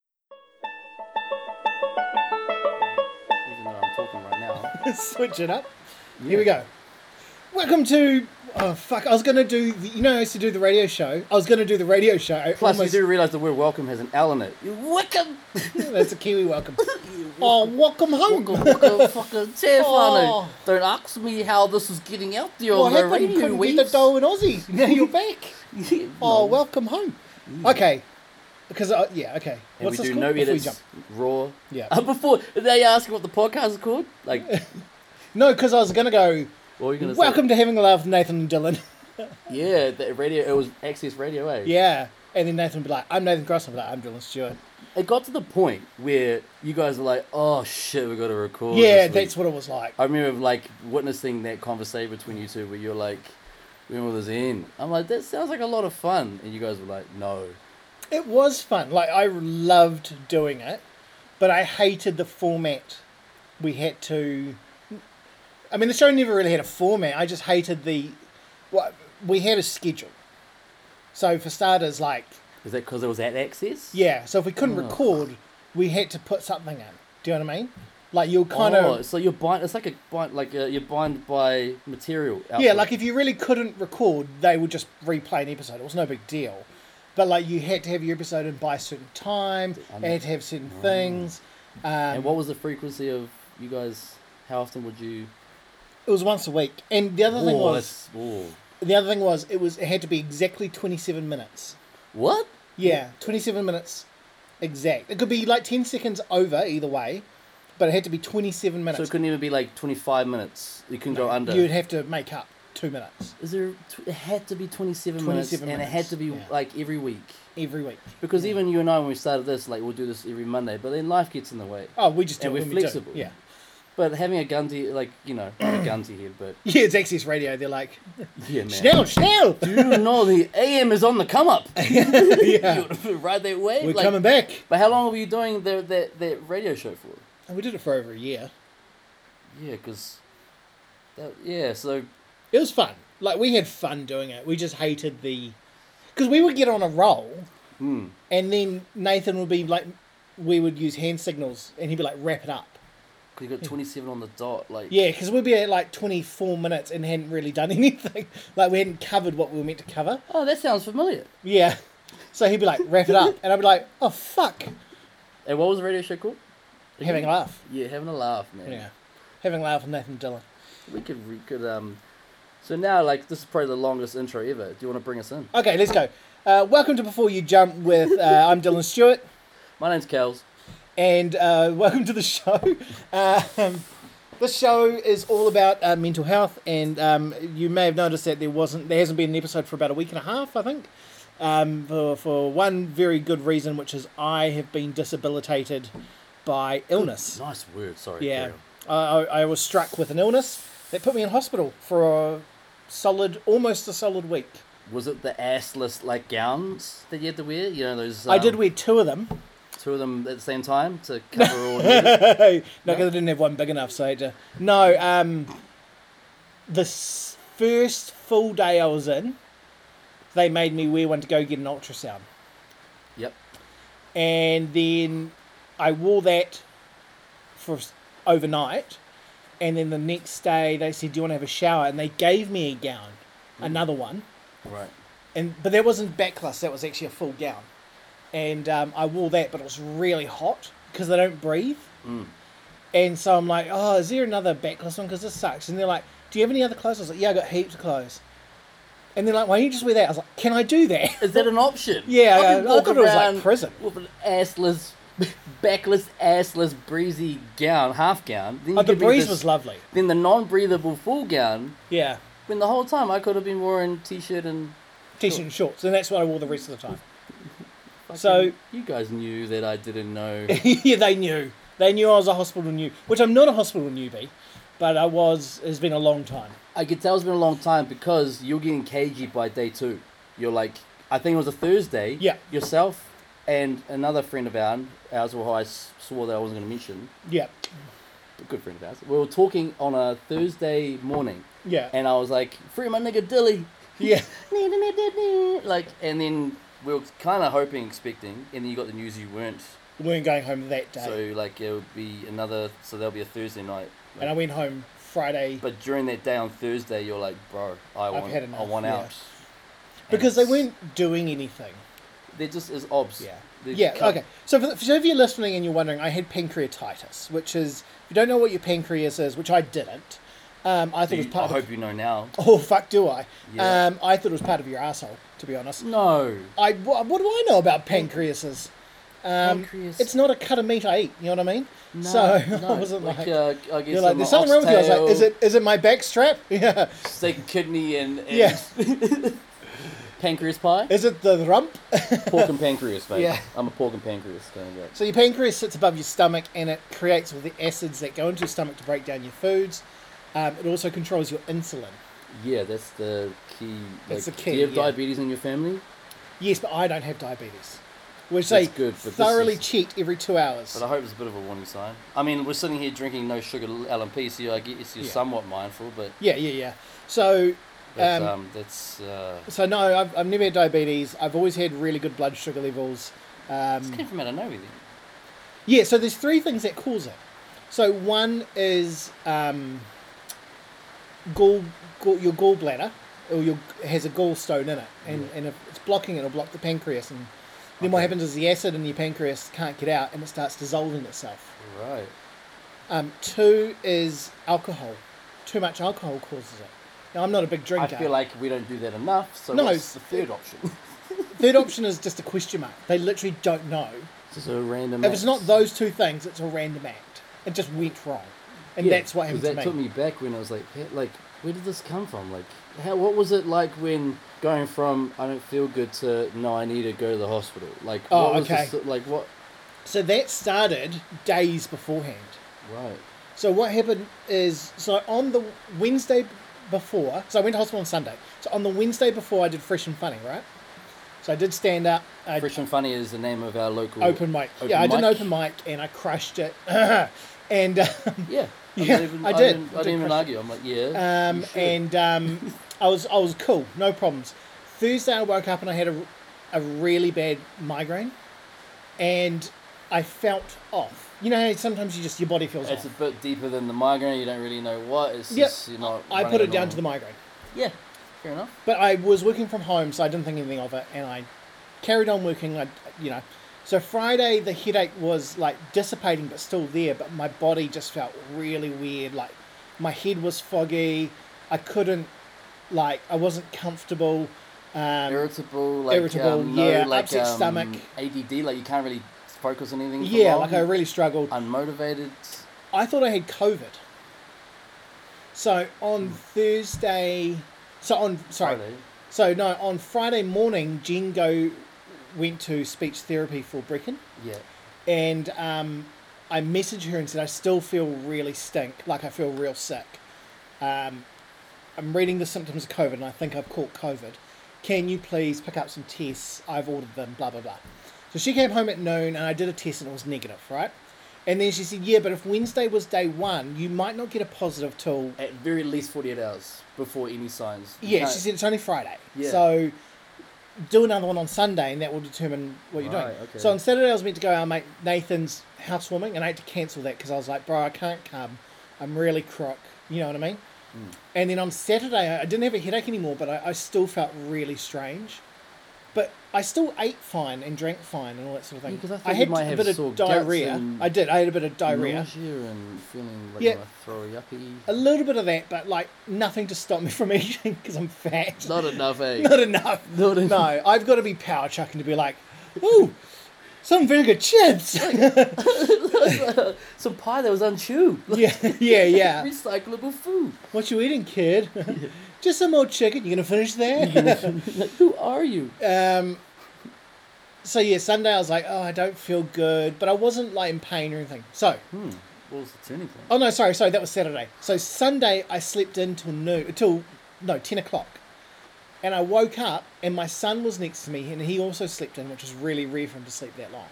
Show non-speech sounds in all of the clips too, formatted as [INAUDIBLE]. [LAUGHS] Switch it up. Here we go. Welcome to. Oh fuck! I was gonna do. The, you know, I used to do the radio show. I was gonna do the radio show. I Plus, almost- [LAUGHS] you do realise the word welcome has an L in it. You welcome! That's a Kiwi [LAUGHS] welcome. oh, welcome home. Welcome, welcome, [LAUGHS] fucking Te Oh. whānau. Don't ask me how this is getting out there What on the happened? You radio couldn't get the waves. dough in [LAUGHS] Aussie. Now you're back. Yeah, Oh, no. welcome home. Okay. Because uh, yeah, okay. And What's we this do called? no Before we edits, jump. raw. Yeah. Uh, before they ask what the podcast is called, [LAUGHS] like, No, because I was gonna go. what are you gonna Welcome say? to Having a Love, Nathan and Dylan. [LAUGHS] Yeah, the radio. It was Access Radio, eh? yeah. And then Nathan would be like, I'm Nathan Gross. I'm like, I'm Dylan Stewart. It got to the point where you guys were like, "Oh shit, we got to record." yeah, this week." that's what it was like. I remember like witnessing that conversation between you two, where you're like, "When will this end?" I'm like, "That sounds like a lot of fun," and you guys were like, "No." It was fun. Like I loved doing it, but I hated the format. We had to. I mean, the show never really had a format. I just hated the. What we had a schedule. So for starters, like Is that because it was at Access? yeah, so if we couldn't Oh. record, we had to put something in. Do you know what I mean? Like you're kind oh, of so you're bind. It's like a bind, like uh you're bind by material. yeah. output. Like if you really couldn't record, they would just replay an episode. It was no big deal. But like you had to have your episode in by a certain time, and had to have certain things. Um, Mm. And what was the frequency of you guys? How often would you? It was once a week, and the other thing Oh, that's- was oh. the other thing was it was it had to be exactly twenty seven minutes. What? Yeah, twenty seven minutes exact. It could be like ten seconds over either way, but it had to be twenty seven So minutes. it couldn't even be like 25 minutes. You can go under. You'd have to make up two minutes Is there? Tw- it had to be 27, minutes, 27 and it minutes, had to be yeah. like every week. every week. Because even you and I, when we started this, like we'll do this every Monday, but then life gets in the way. Oh, we just do And it we're when we do. flexible. Yeah, [LAUGHS] But having a gun to your- like you know, not a gun to your head, but [LAUGHS] yeah. It's Access Radio. They're like yeah, man. Schnell, Schnell. You know the AM is on the come up. [LAUGHS] [LAUGHS] yeah, right that way. we're coming back. But how long were you doing the, the, the radio show for? And we did it for over a year. Yeah, because. Yeah, so It was fun. Like we had fun doing it. We just hated the because we would get on a roll, and then Nathan would be like, we would use hand signals, and he'd be like, wrap it up. cause you got 27 on the dot. Like, Yeah, because we'd be at like twenty four minutes and hadn't really done [LAUGHS] anything. Like we hadn't covered what we were meant to cover. oh, that sounds familiar. Yeah. So he'd be like, wrap it up, and I'd be like, oh fuck, And what was the radio show called? having a laugh. Yeah, having a laugh, man. Yeah, having a laugh with Nathan Dillon. We could, we could, um. So now, like, this is probably the longest intro ever. Do you want to bring us in? Okay, let's go. Uh, welcome to Before You Jump with uh, I'm Dylan Stewart. My name's Kels. and uh, [LAUGHS] welcome to the show. Um, this show is all about uh, mental health, and um, you may have noticed that there wasn't, there hasn't been an episode for about a week and a half, I think, um, for for one very good reason, which is I have been disabilitated by illness. Nice word, sorry. Yeah, carry on. I, I I was struck with an illness that put me in hospital for a solid, almost a solid week. Was it the assless, like, gowns that you had to wear? You know, those. I um, did wear two of them. Two of them at the same time to cover all. [LAUGHS] the- no, because I didn't have one big enough. So I had to- no, um, the s- first full day I was in, they made me wear one to go get an ultrasound, Yep. and then I wore that for s- overnight, and then the next day they said, "Do you want to have a shower?" And they gave me a gown, another one, Right. and but that wasn't backless. That was actually a full gown, and um, I wore that, but it was really hot because they don't breathe. Hmm. And so I'm like, oh, is there another backless one? Because this sucks. And they're like, do you have any other clothes? I was like, yeah, I got heaps of clothes. And they're like, why don't you just wear that? I was like, can I [LAUGHS] do [LAUGHS] that? Is that an option? Yeah, I I- can I walk thought it was like around prison. with an assless, [LAUGHS] backless, assless, breezy gown, half gown. Then you Oh, the give me breeze this- was lovely. Then the non-breathable full gown. Yeah, When the whole time I could have been wearing t-shirt and. t-shirt and shorts, and that's what I wore the rest of the time. [LAUGHS] fucking- So- you guys knew that I didn't [LAUGHS] know. yeah, they knew. They knew I was a hospital new, which I'm not a hospital newbie, but I was. It's been a long time. I could tell it's been a long time because you're getting cagey by day two. You're like, I think it was a Thursday. Yeah. Yourself and another friend of ours, ours who I s- swore that I wasn't going to mention. Yeah, a good friend of ours. We were talking on a Thursday morning, yeah, and I was like, "Free my nigga Dilly," yeah. [LAUGHS] like, and then we were kind of hoping, expecting, and then you got the news you weren't. We weren't going home that day. So like, it would be another. So there'll be a Thursday night and I went home Friday But during that day on Thursday, you're like, bro, I I've want, had enough, I want yeah. out. And because they it's- weren't doing anything. They're just as obs. Yeah. They're yeah. cut- Okay. So, for the, so if you're listening and you're wondering, I had pancreatitis, which is if you don't know what your pancreas is, which I didn't. Um, I thought Do it you- was part. I of, hope you know now. [LAUGHS] Oh fuck, do I? Yeah. Um, I thought it was part of your asshole. To be honest, No. I what, what do I know about pancreases? Um, Pancreas. It's not a cut of meat I eat. You know what I mean? No, so [LAUGHS] no. I wasn't like. uh, I guess you're like, I'm there's an something wrong with you. I was oxtail, like, is it is it my back strap? [LAUGHS] Yeah. [LAUGHS] steak, kidney, and, and Yeah. [LAUGHS] pancreas pie? [LAUGHS] Is it the rump? pork and pancreas, mate. Yeah. I'm a pork and pancreas kind of guy. So your pancreas sits above your stomach, and it creates all the acids that go into your stomach to break down your foods. Um, it also controls your insulin. Yeah, that's the key. That's like, the key, Do you have yeah. diabetes in your family? Yes, but I don't have diabetes, which That's they good, but this thoroughly is- cheat every two hours. But I hope it's a bit of a warning sign. I mean, we're sitting here drinking no sugar LMP, so I guess you're Yeah. somewhat mindful, but Yeah, yeah, yeah. So, that's, Um, um, that's uh, so no, I've, I've never had diabetes. I've always had really good blood sugar levels. this Um, came from out of nowhere. Then. Yeah, so there's three things that cause it. So one is um, gall, gall, your gallbladder, or your has a gallstone in it, and, and if it's blocking it, it'll block the pancreas, and then what Okay. happens is the acid in your pancreas can't get out, and it starts dissolving itself. Right. Um, two is alcohol. Too much alcohol causes it. Now I'm not a big I drinker. feel like we don't do that enough, so No, what's the third [LAUGHS] option? Third option is just a question mark. They literally don't know. Just a random. If it's not those two things, it's a random act. It just went wrong, and that's what happened That to took me back when I was like, "Hey, like, where did this come from? Like, how, what was it like when going from I don't feel good to no, I need to go to the hospital? Like, Oh, what was okay. this, like what? So that started days beforehand. Right. So what happened is, so on the Wednesday before, so I went to hospital on Sunday. So on the Wednesday before, I did fresh and funny, right? So I did stand up, I Fresh and funny is the name of our local open mic. yeah, I did an mic. open mic, and I crushed it. [LAUGHS] and um, [LAUGHS] Yeah, I'm Yeah, not even- I I didn't, I did. I didn't did even crush it. argue. I'm like, yeah. Um, you should. and um, I was I was cool, no problems. Thursday I woke up and I had a, a really bad migraine, and I felt off. You know how sometimes you just your body feels it's a off. bit deeper than the migraine. You don't really know what. It's Yep, just you're not. I put running it down along. to the migraine. Yeah, fair enough. But I was working from home, so I didn't think anything of it, and I carried on working. I, you know, so Friday the headache was like dissipating, but still there. But my body just felt really weird. Like my head was foggy. I couldn't, like, I wasn't comfortable. Um, Irritable, like Irritable, um, no, yeah, like, upset um, stomach. ADD, like you can't really focus on anything. for yeah, long. like I really struggled. unmotivated. I thought I had COVID. So on Thursday, so on sorry, Hmm. Friday. so no, on Friday morning, Jen go went to speech therapy for Brecon. Yeah. and um, I messaged her and said I still feel really stink, like I feel real sick. Um, I'm reading the symptoms of COVID, and I think I've caught COVID. Can you please pick up some tests? I've ordered them. Blah blah blah. So she came home at noon, and I did a test, and it was negative, right? And then she said, "Yeah, but if Wednesday was day one, you might not get a positive till At very least 48 hours before any signs. You yeah." can't- She said it's only Friday, Yeah. so do another one on Sunday, and that will determine what you're Right, doing. okay. So on Saturday, I was meant to go out mate Nathan's housewarming, and I had to cancel that because I was like, bro, I can't come. I'm really crook. You know what I mean? Hmm. And then on Saturday, I I didn't have a headache anymore, but I, I still felt really strange. But I still ate fine and drank fine and all that sort of thing. Yeah, 'cause I thought I you had might a have bit sore of guts diarrhea. and I did. I had a bit of diarrhea. Nausea and feeling like Yeah. you might throw a yuppie. A little bit of that, but like nothing to stop me from [LAUGHS] eating because I'm fat. Not enough, eh? [LAUGHS] Not enough. Not enough. No, I've got to be power chucking to be like, ooh, some vinegar chips. [LAUGHS] Some pie that was unchewed. yeah, yeah, [LAUGHS] yeah. Recyclable [LAUGHS] food. What you eating, kid? [LAUGHS] Just some more chicken. You gonna finish that? Like, who are you? [LAUGHS] um, so yeah, Sunday I was like, oh, I don't feel good, but I wasn't like in pain or anything. So, Hmm. What was the turning point? oh no, sorry, sorry, that was Saturday. So Sunday I slept in till noon, till no ten o'clock, and I woke up and my son was next to me and he also slept in, which is really rare for him to sleep that long,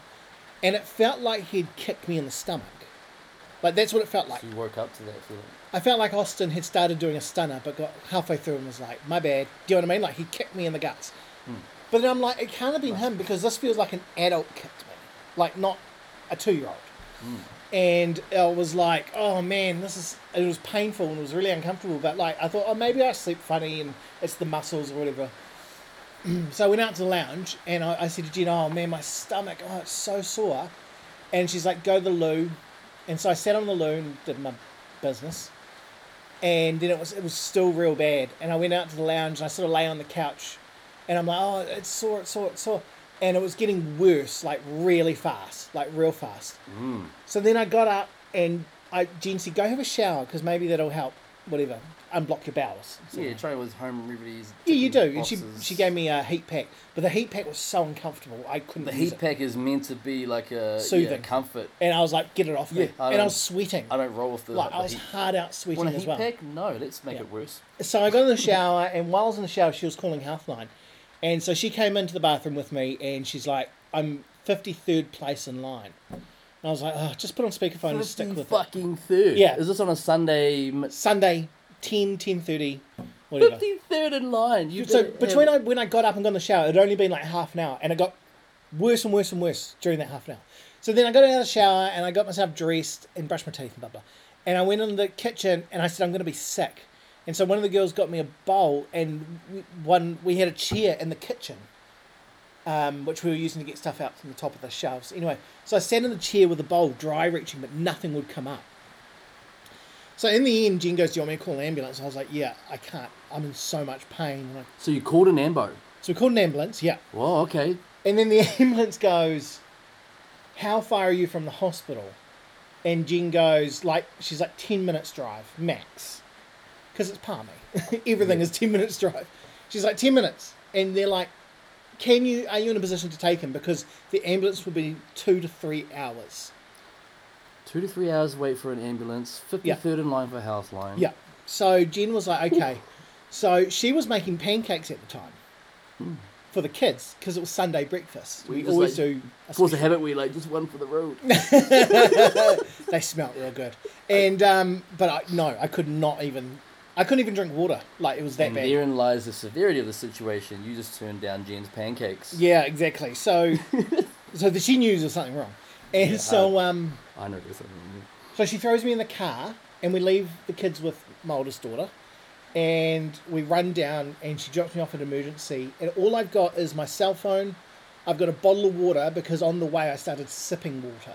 and it felt like he'd kicked me in the stomach. Like that's what it felt like. So you woke up to that feeling. I felt like Austin had started doing a stunner, but got halfway through and was like, "My bad." Do you know what I mean? Like he kicked me in the guts. But then I'm like, it can't have been him because this feels like an adult kicked me, like not a two-year-old. and I was like, oh man, this is. It was painful and it was really uncomfortable. But like, I thought, oh, maybe I sleep funny and it's the muscles or whatever. [CLEARS THROAT] so I went out to the lounge and I, I said to Jen, oh man, my stomach, oh, it's so sore. And she's like, go to the loo. And so I sat on the loo and did my business. And then it was it was still real bad. And I went out to the lounge and I sort of lay on the couch, and I'm like, oh, it's sore, it's sore, it's sore. And it was getting worse, like really fast, like real fast. Mm. So then I got up and I, Jen said, go have a shower because maybe that'll help, whatever, unblock your bowels. So- Yeah, try with home remedies. yeah, you do. ticking And she, boxes. she gave me a heat pack, but the heat pack was so uncomfortable. I couldn't The use heat it. pack is meant to be like a yeah, Soothing. comfort. And I was like, get it off me. Yeah, I and I don't- was sweating. I don't roll with the, like, the I was [LAUGHS] heat. hard out sweating Want a as heat well. pack? No, let's make Yeah. it worse. So I got in the shower, and while I was in the shower, she was calling Healthline. And so she came into the bathroom with me, and she's like, I'm 53rd place in line. And I was like, oh, just put on speakerphone and 50 stick with it. fucking third. Yeah. Is this on a Sunday? m- Sunday, 10, 10.30, whatever. 53rd in line. You so better have- between I, when I got up and got in the shower, it had only been like half an hour, and it got worse and worse and worse during that half an hour. So then I got out of the shower and I got myself dressed and brushed my teeth and blah blah. And I went in the kitchen and I said I'm going to be sick. And so one of the girls got me a bowl and we- one we had a chair in the kitchen, um, which we were using to get stuff out from the top of the shelves. Anyway, so I sat in the chair with the bowl dry reaching, but nothing would come up. So in the end, Jen goes, "Do you want me to call an ambulance?" I was like, "Yeah, I can't. I'm in so much pain." And I So you called an ambo. so we called an ambulance, yeah. Well, okay. And then the [LAUGHS] ambulance goes, How far are you from the hospital? And Jen goes, like, she's like 10 minutes drive, max. Because it's Palmy. [LAUGHS] Everything is 10 minutes drive. She's like, 10 minutes. And they're like, Can you, are you in a position to take him? Because the ambulance will be two to three hours. Two to three hours wait for an ambulance. 53rd in line for house line. Yeah. So Jen was [LAUGHS] like, okay. so she was making pancakes at the time for the kids because it was Sunday breakfast. Hmm. We We, just, always like, do. a Force a habit we like just one for the [LAUGHS] road. they smelt [LAUGHS] real good. And um, but I no, I could not even. I couldn't even drink water. Like it was that and bad. therein lies the severity of the situation. You just turned down Jen's pancakes. Yeah, [LAUGHS] exactly. So, so that she knew there was something wrong, and Yeah, so um, I know there's something. so she throws me in the car, and we leave the kids with my oldest daughter, and we run down, and she drops me off at emergency, and all I've got is my cell phone, I've got a bottle of water because on the way I started sipping water,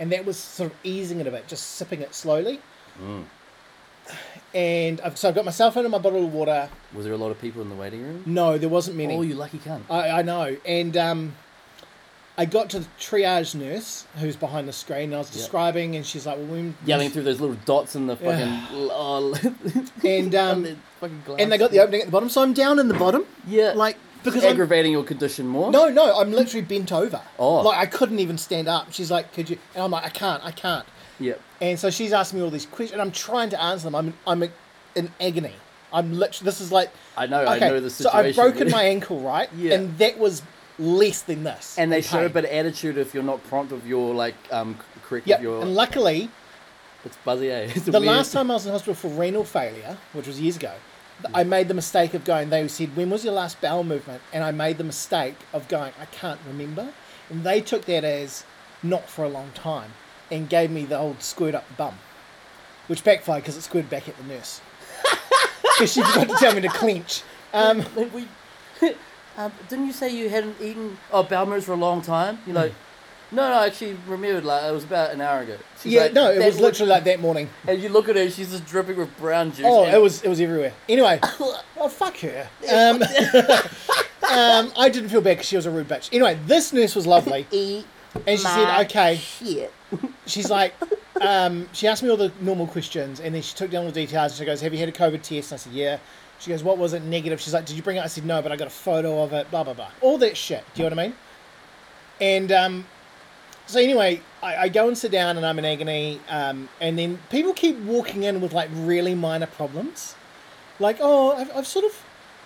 and that was sort of easing it a bit, just sipping it slowly. Mm. And I've, so I've got my cell phone and my bottle of water. Was there a lot of people in the waiting room? No, there wasn't many. Oh, you lucky cunt. I, I know. And um, I got to the triage nurse who's behind the screen, and I was describing, and she's like, "Well, we Yelling through those little dots in the fucking. oh, [LAUGHS] And on um, the fucking glass. and they got the opening at the bottom, so I'm down in the bottom. Yeah. Like because I'm, aggravating your condition more. no, no, I'm literally bent over. Oh. like I couldn't even stand up. She's like, "Could you?" And I'm like, "I can't, I can't." Yep. And so she's asking me all these questions, and I'm trying to answer them. I'm I'm in agony. I'm literally. This is like I know, Oh, I know the So I've situation. [LAUGHS] broken my ankle, right? Yeah. And that was less than this. And they in show a pain. bit of attitude if you're not prompt of your like um c- correct Yep. of your. And luckily, it's buzzy, eh? [LAUGHS] It's the weird. last time I was in hospital for renal failure, which was years ago, th- I made the mistake of going. They said, "When was your last bowel movement?" And I made the mistake of going, "I can't remember." And they took that as not for a long time, and gave me the old squirt up the bum, which backfired because it squirted back at the [LAUGHS] nurse because she forgot to tell me to clench. Um, [LAUGHS] Then [LAUGHS] we, um, didn't you say you hadn't eaten oh Balmer's for a long time? You're like, no, no, I actually remembered like it was about an hour ago. She's Hmm. yeah, like, no, it "That was literally like that morning. And you look at her, she's just dripping with brown juice. Oh, and- it was it was everywhere. [COUGHS] Anyway, oh fuck her. Um, [LAUGHS] um, I didn't feel bad because she was a rude bitch. Anyway, this nurse [LAUGHS] was lovely. Eat And she said, my okay. Shit. She's like, um, she asked me all the normal questions and then she took down all the details and she goes, have you had a COVID test? And I said, yeah. She goes, what was it? Negative. She's like, did you bring it? I said, no, but I got a photo of it, blah, blah, blah. All that shit. Do you know what I mean? And um, so anyway, I, I go and sit down and I'm in agony. Um, and then people keep walking in with like really minor problems. Like, oh, I've, I've sort of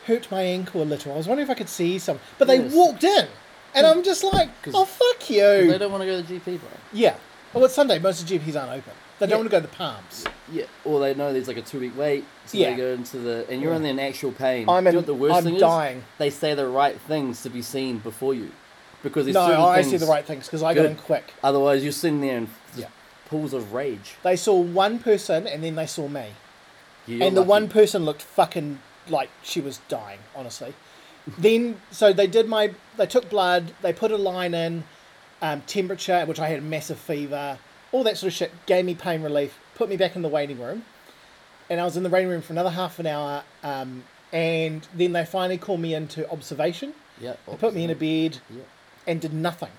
hurt my ankle a little. I was wondering if I could see some. But they Yes. Hmm. walked in. And I'm just like, 'Cause- oh, fuck you. They don't want to go to the GP, bro. Yeah. Well, it's Sunday. Most of the GPs aren't open. They don't Yeah. want to go to the Palms. Yeah, or they know there's like a two week wait, so Yeah. they go into the and you're Yeah. in an actual pain. Do I'm you in- know what the worst I'm thing is? dying. They say the right things to be seen before you. because there's No, certain I things. see the right things because I got Good. in quick. Otherwise, you're sitting there in Yeah. pools of rage. They saw one person and then they saw me. You're and the lucky. one person looked fucking like she was dying, honestly. then, so they did my, they took blood, they put a line in, um, temperature, which I had a massive fever, all that sort of shit, gave me pain relief, put me back in the waiting room. And I was in the waiting room for another half an hour, um, and then they finally called me into observation. yeah, They put me in a bed Yeah. and did nothing.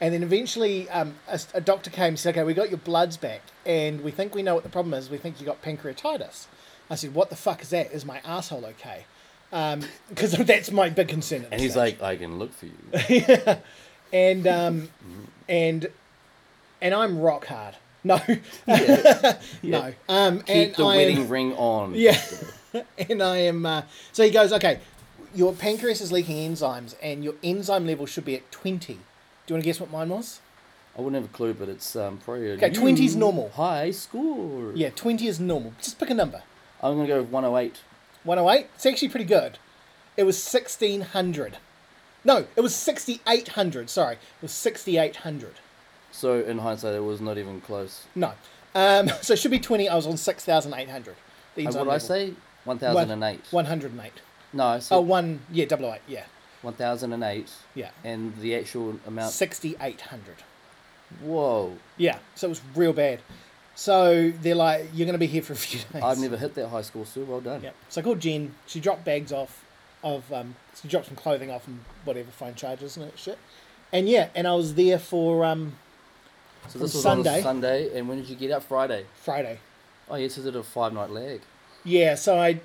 And then eventually, um, a, s- a doctor came and said, "Okay, we got your bloods back, and we think we know what the problem is. We think you got pancreatitis." I said, "What the fuck is that? Is my asshole okay?" [LAUGHS] Because that's my big concern. at And this he's stage. like, I can look for [LAUGHS] you. and um, and and I'm rock hard. [LAUGHS] No, no. Um, and Keep the I am- wedding ring on. Yeah. [LAUGHS] and I am. Uh, so he goes, okay, your pancreas is leaking enzymes, and your enzyme level should be at 20. Do you want to guess what mine was? I wouldn't have a clue, but it's um, probably a Okay, 20 's new normal. High score. Yeah, 20 is normal. Just pick a number. I'm gonna go with 108. 108? It's actually pretty good. It was 1600. No, it was 6800. Sorry, it was 6800. So in hindsight, it was not even close. No. Um, [LAUGHS] so it should be 20. I was on 6800. The And enzyme what did Uh, I say? level. One- 1008. 108. No, I said Oh, one, yeah, double eight, yeah. 1008. Yeah. And the actual amount. 6800. Whoa. Yeah, so it was real bad. So they're like, you're going to be here for a few [LAUGHS] days. I've never hit that high score, so well done. Yep. So I called Jen. She dropped bags off of, um, she dropped some clothing off and whatever, phone charges and that shit. And yeah, and I was there for um, So this was From on Sunday. a Sunday, and when did you get up? Friday. Friday. Oh, yes, I did a five night lag. Yeah, so I,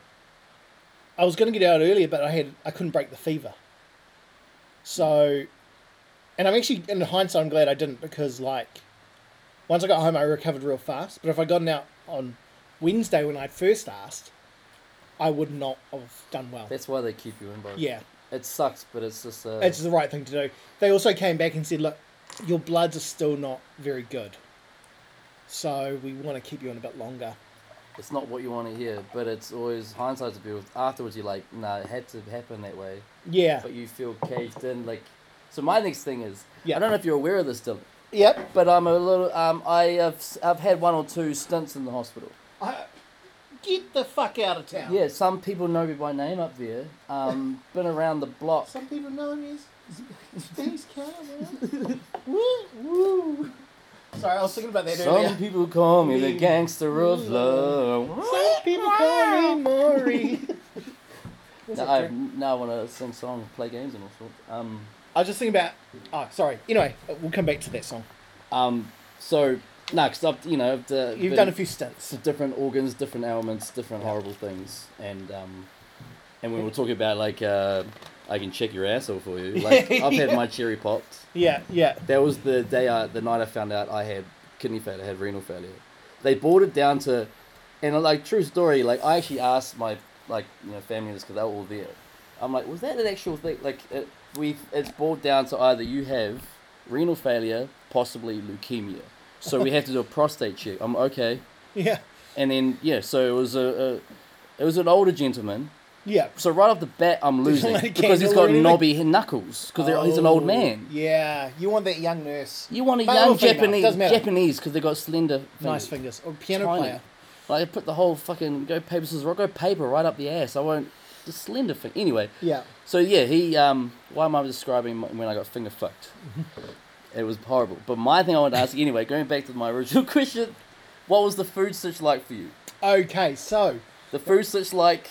I was going to get out earlier, but I had I couldn't break the fever. So, and I'm actually in hindsight, I'm glad I didn't because like, once I got home, I recovered real fast. But if I'd gotten out on Wednesday when I first asked, I would not have done well. That's why they keep you in, bro. yeah, It sucks, but it's just. Uh, it's the right thing to do. They also came back and said, look, your bloods are still not very good, so we want to keep you on a bit longer. it's not what you want to hear, but it's always hindsight's a beautiful. Afterwards, you're like, nah, it had to happen that way. Yeah. But you feel caged in, like. So my next thing is, Yeah. I don't know if you're aware of this, Dylan, Yep. but I'm a little. Um, I have s- I've had one or two stints in the hospital. I, get the fuck out of town. Yeah, some people know me by name up there. [LAUGHS] Um, been around the block. Some people know me as Space Cowboy. [LAUGHS] Woo, woo. Sorry, I was thinking about that Some earlier. people call me the gangster of love. Some people call me [LAUGHS] Maury. What's Now that I drink? now want to sing songs, play games, and all sorts. Um, I was just thinking about. Oh, sorry. Anyway, we'll come back to that song. um, so no, because I've you know I've uh, You've been done a few stints. to different organs, different ailments, different horrible things, and um, and when we're talking about like uh, I can check your asshole for you. Like I've had [LAUGHS] my cherry popped. Yeah, yeah. [LAUGHS] That was the day, I, the night I found out I had kidney failure, I had renal failure. They brought it down to, and uh, like true story, like I actually asked my like you know family this because they were all there. I'm like, was that an actual thing? Like it, we, it's boiled down to either you have renal failure, possibly leukemia. So we have to do a prostate check. I'm okay, Yeah, and then yeah, so it was a, a it was an older gentleman. yeah. So right off the bat, I'm losing like a because he's kangaroo or got anything? knobby knuckles because he's an old Oh, man. Yeah, you want that young nurse. You want a Male young or female, Japanese doesn't matter. Japanese because they got slender fingers. Nice fingers. Or piano Tiny. player. Like, put the whole fucking go paper scissors rock, go paper right up the ass. I won't the slender thing. Anyway, Yeah. so yeah, he. Um, why am I describing my- when I got finger [LAUGHS] fucked? it was horrible. But my thing I wanted to ask you anyway, going back to my original [LAUGHS] question, what was the food such like for you? Okay, so The food such like.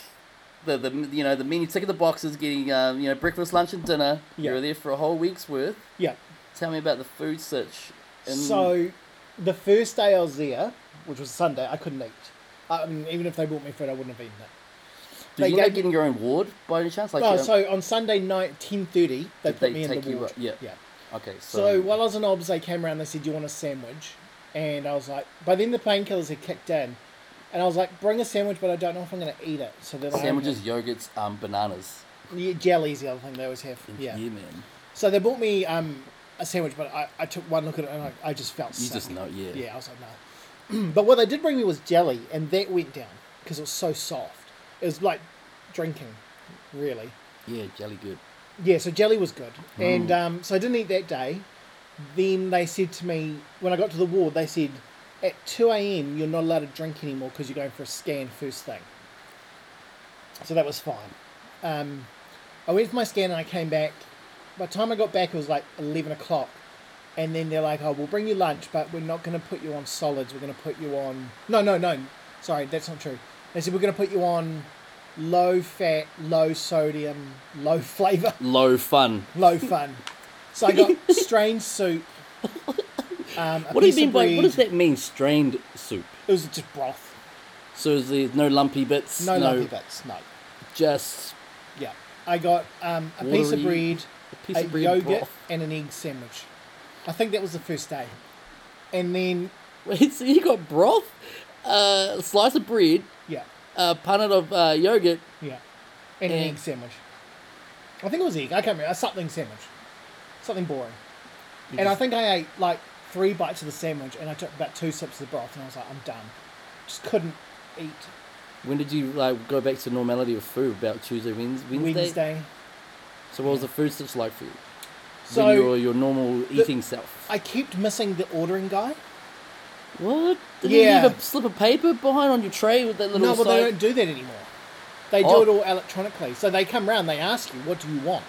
The, the you know the menu tick of the boxes getting um, you know breakfast lunch and dinner Yeah. you were there for a whole week's worth yeah, tell me about the food search in- So, the first day I was there, which was Sunday, I couldn't eat. I mean, even if they brought me food, I wouldn't have eaten it. Did They you end up gave- getting your own ward by any chance? Like, No, you know- so on Sunday night, ten thirty, they Did put they me in take the you ward. up? Yeah. yeah. okay, so, So, while I was in OBS, they came around. They said, "Do you want a sandwich?" And I was like, "By then the painkillers had kicked in," and I was like, "Bring a sandwich, but I don't know if I'm going to eat it." So they're like, sandwiches, yogurts, um, bananas. yeah, jelly's the other thing they always have. Yeah. man. So they bought me um, a sandwich, but I, I took one look at it and I, I just felt You sick. just know, yeah. Yeah, I was like, no. [CLEARS THROAT] but what they did bring me was jelly, and that went down because it was so soft. It was like drinking, really. Yeah, jelly good. Yeah, so jelly was good, and um, so I didn't eat that day. Then they said to me when I got to the ward, they said at two a.m. you're not allowed to drink anymore because you're going for a scan first thing. So that was fine. Um, I went for my scan and I came back. By the time I got back, it was like eleven o'clock, and then they're like, "Oh, we'll bring you lunch, but we're not going to put you on solids. We're going to put you on no, no, no. Sorry, that's not true. They said we're going to put you on low fat, low sodium, low [LAUGHS] flavor." Low fun. low fun. So [LAUGHS] I got strained soup. Um, a What do you piece mean of by bread. what does that mean? Strained soup. It was just broth. So is there no lumpy bits? No, lumpy bits. No. Just Yeah. I got um, a piece of Watery- bread, a piece a of bread yogurt, broth. [LAUGHS] and an egg sandwich. I think that was the first day. And then, Wait, so you got broth, uh, a slice of bread, yeah, a punnet of uh, yogurt. yeah, and an And- egg sandwich. I think it was egg. I can't remember. Uh, Something sandwich. Something boring. You And I just- think I ate like three bites of the sandwich, and I took about two sips of the broth, and I was like, I'm done. Just couldn't eat When did you like go back to normality with food? About Tuesday, Wednes- Wednesday. Wednesday. So what was the food such like for you? So- when you were your normal eating self. I kept missing the ordering guy. what? Did Yeah. you leave a slip of paper behind on your tray with that little? no, well, they side- don't do that anymore. They do Oh. it all electronically. So they come round, they ask you, what do you want?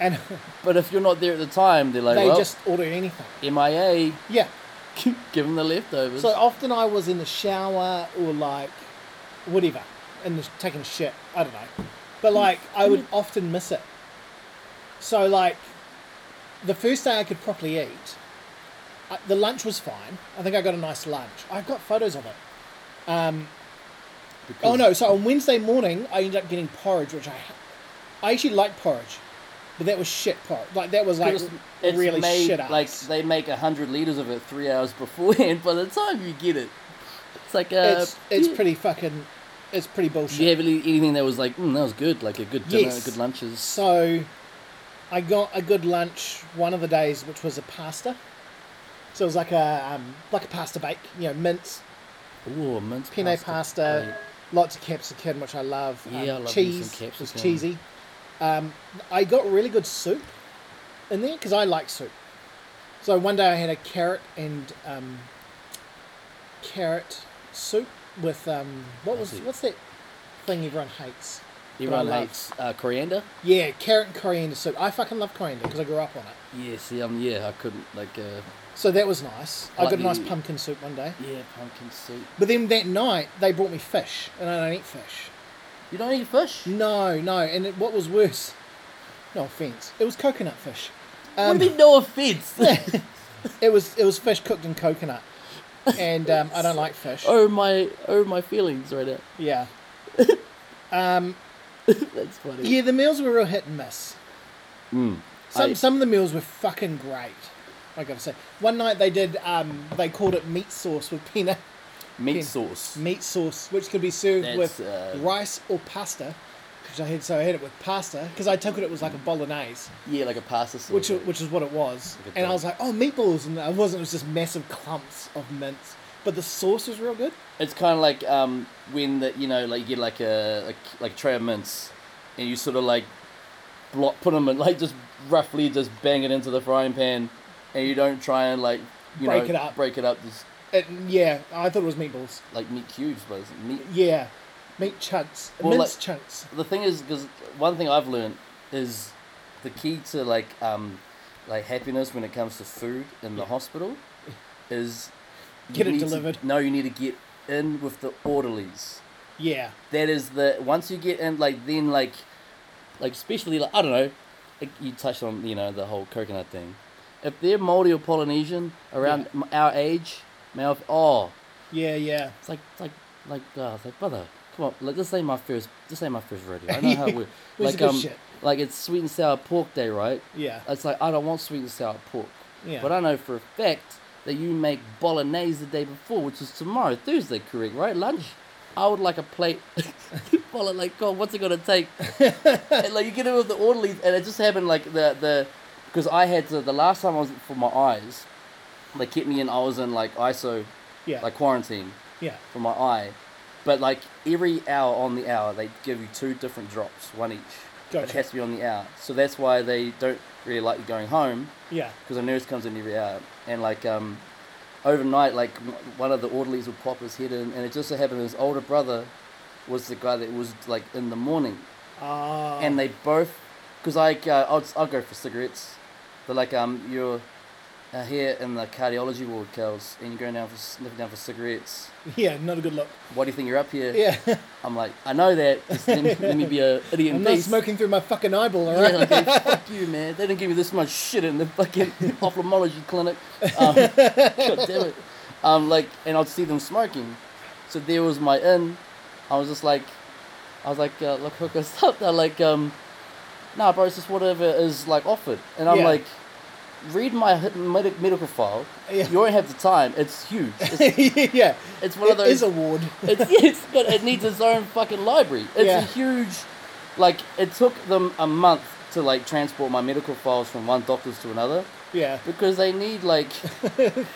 And [LAUGHS] But if you're not there at the time, they're like, they well, just order anything. MIA, Yeah. [LAUGHS] give them the leftovers. So often I was in the shower or like whatever, and the, taking a shit. I don't know. But like, I would Mm-hmm. often miss it. So like, the first day I could properly eat, I, the lunch was fine. I think I got a nice lunch. I've got photos of it. Oh no! So on Wednesday morning, I ended up getting porridge, which I, I actually like porridge, but that was shit porridge. Like that was like Because it's really made, shit. Like ass. they make a hundred liters of it three hours beforehand. [LAUGHS] By the time you get it, it's like a. it's it's pretty fucking, it's pretty bullshit. Did you have any- anything that was like, mm, that was good, like a good dinner, Yes. good lunches? So, I got a good lunch one of the days, which was a pasta. So it was like a um, like a pasta bake, you know, mince, Ooh, a mince penne pasta, lots of capsicum, which I love. Um, Yeah, I love me some cheese was capsicum. cheesy. Um, I got really good soup in there because I like soup. So one day I had a carrot and um, carrot soup with um, what was Lovely. what's that thing everyone hates? but I Everyone love? hates uh, coriander. Yeah, carrot and coriander soup. I fucking love coriander because I grew up on it. Yeah, see, um, yeah, I couldn't like, uh, So that was nice. I Like got a nice the- pumpkin soup one day. yeah, pumpkin soup. But then that night they brought me fish, and I don't eat fish. You don't eat fish. No, no. And it, what was worse? No offense. It was coconut fish. Um, what do you mean, no offense? [LAUGHS] [LAUGHS] It was it was fish cooked in coconut, and um, I don't like fish. oh my, oh my feelings right now. Yeah, That's funny. yeah. The meals were real hit and miss. Some Hmm. I- some of the meals were fucking great. I gotta say. One night they did. Um, they called it meat sauce with [LAUGHS] peanut Meat Ken. sauce. meat sauce, which could be served That's, with uh, rice or pasta. Which I had, so I had it with pasta because I took it. It was like a bolognese. Yeah, like a pasta sauce. which which is what it was. Like a And I dog. was like, oh, meatballs, and it wasn't. It was just massive clumps of mince, but the sauce was real good. It's kind of like um, when the, you know like you get like a like, like a tray of mints, and you sort of like block put them in like just roughly just bang it into the frying pan, and you don't try and like you Break know, it up. break it up just It, yeah, I thought it was meatballs. like meat cubes, but it's meat. Yeah, meat chunks, Well, mince like- chunks. The thing is, because one thing I've learned is the key to like um, like happiness when it comes to food in the hospital is you Get it need to- delivered. no, you need to get in with the orderlies. Yeah, that is the once you get in like then like like especially like I don't know like you touched on you know the whole coconut thing if they're Maori or Polynesian around m our age mouth oh yeah, yeah. it's like it's like like oh, it's like brother come on like this ain't my first this ain't my first rodeo I know how it works [LAUGHS] This is like good um shit. like it's sweet and sour pork day right Yeah. it's like I don't want sweet and sour pork Yeah. but I know for a fact that you make bolognese the day before which is tomorrow Thursday correct right lunch I would like a plate. [LAUGHS] Follow like God, what's it gonna [LAUGHS] take? and like you get it with the orderlies, and it just happened like the the because I had to the last time I was for my eyes, they kept me in. I was in like ISO, Yeah. like quarantine Yeah, for my eye, but like every hour on the hour they give you two different drops, one each. It Gotcha. has to be on the hour. So that's why they don't really like you going home Yeah. because a nurse comes in every hour. And like um, overnight, like m- one of the orderlies would pop his head in, and it just so happened his older brother was the guy that was like in the morning, Ah. and they both, because like uh, I'll, I'll go for cigarettes, but like um you're uh, here in the cardiology ward, Kels, and you're going down for sniffing down for cigarettes. yeah, not a good look. Why do you think you're up here? [LAUGHS] Yeah. I'm like, I know that. Just let, me, let me be a idiot I'm in not peace. smoking through my fucking eyeball, all Yeah, right? like, hey, fuck you, man. They didn't give me this much shit in the fucking [LAUGHS] ophthalmology clinic. Um, [LAUGHS] God damn it. Um, like, and I'd see them smoking. So there was my in. I was just like, I was like, uh, look, hook us up. They're like, um, nah, bro, it's just whatever is like offered. And I'm Yeah. like, read my hit- medic- medical file. Yeah. You won't have the time. It's huge. It's, [LAUGHS] yeah. it's one of It those is a ward. [LAUGHS] it's, [LAUGHS] it's got, it needs its own fucking library. It's Yeah. a huge, like it took them a month to like transport my medical files from one doctor's to another Yeah. because they need [LAUGHS] like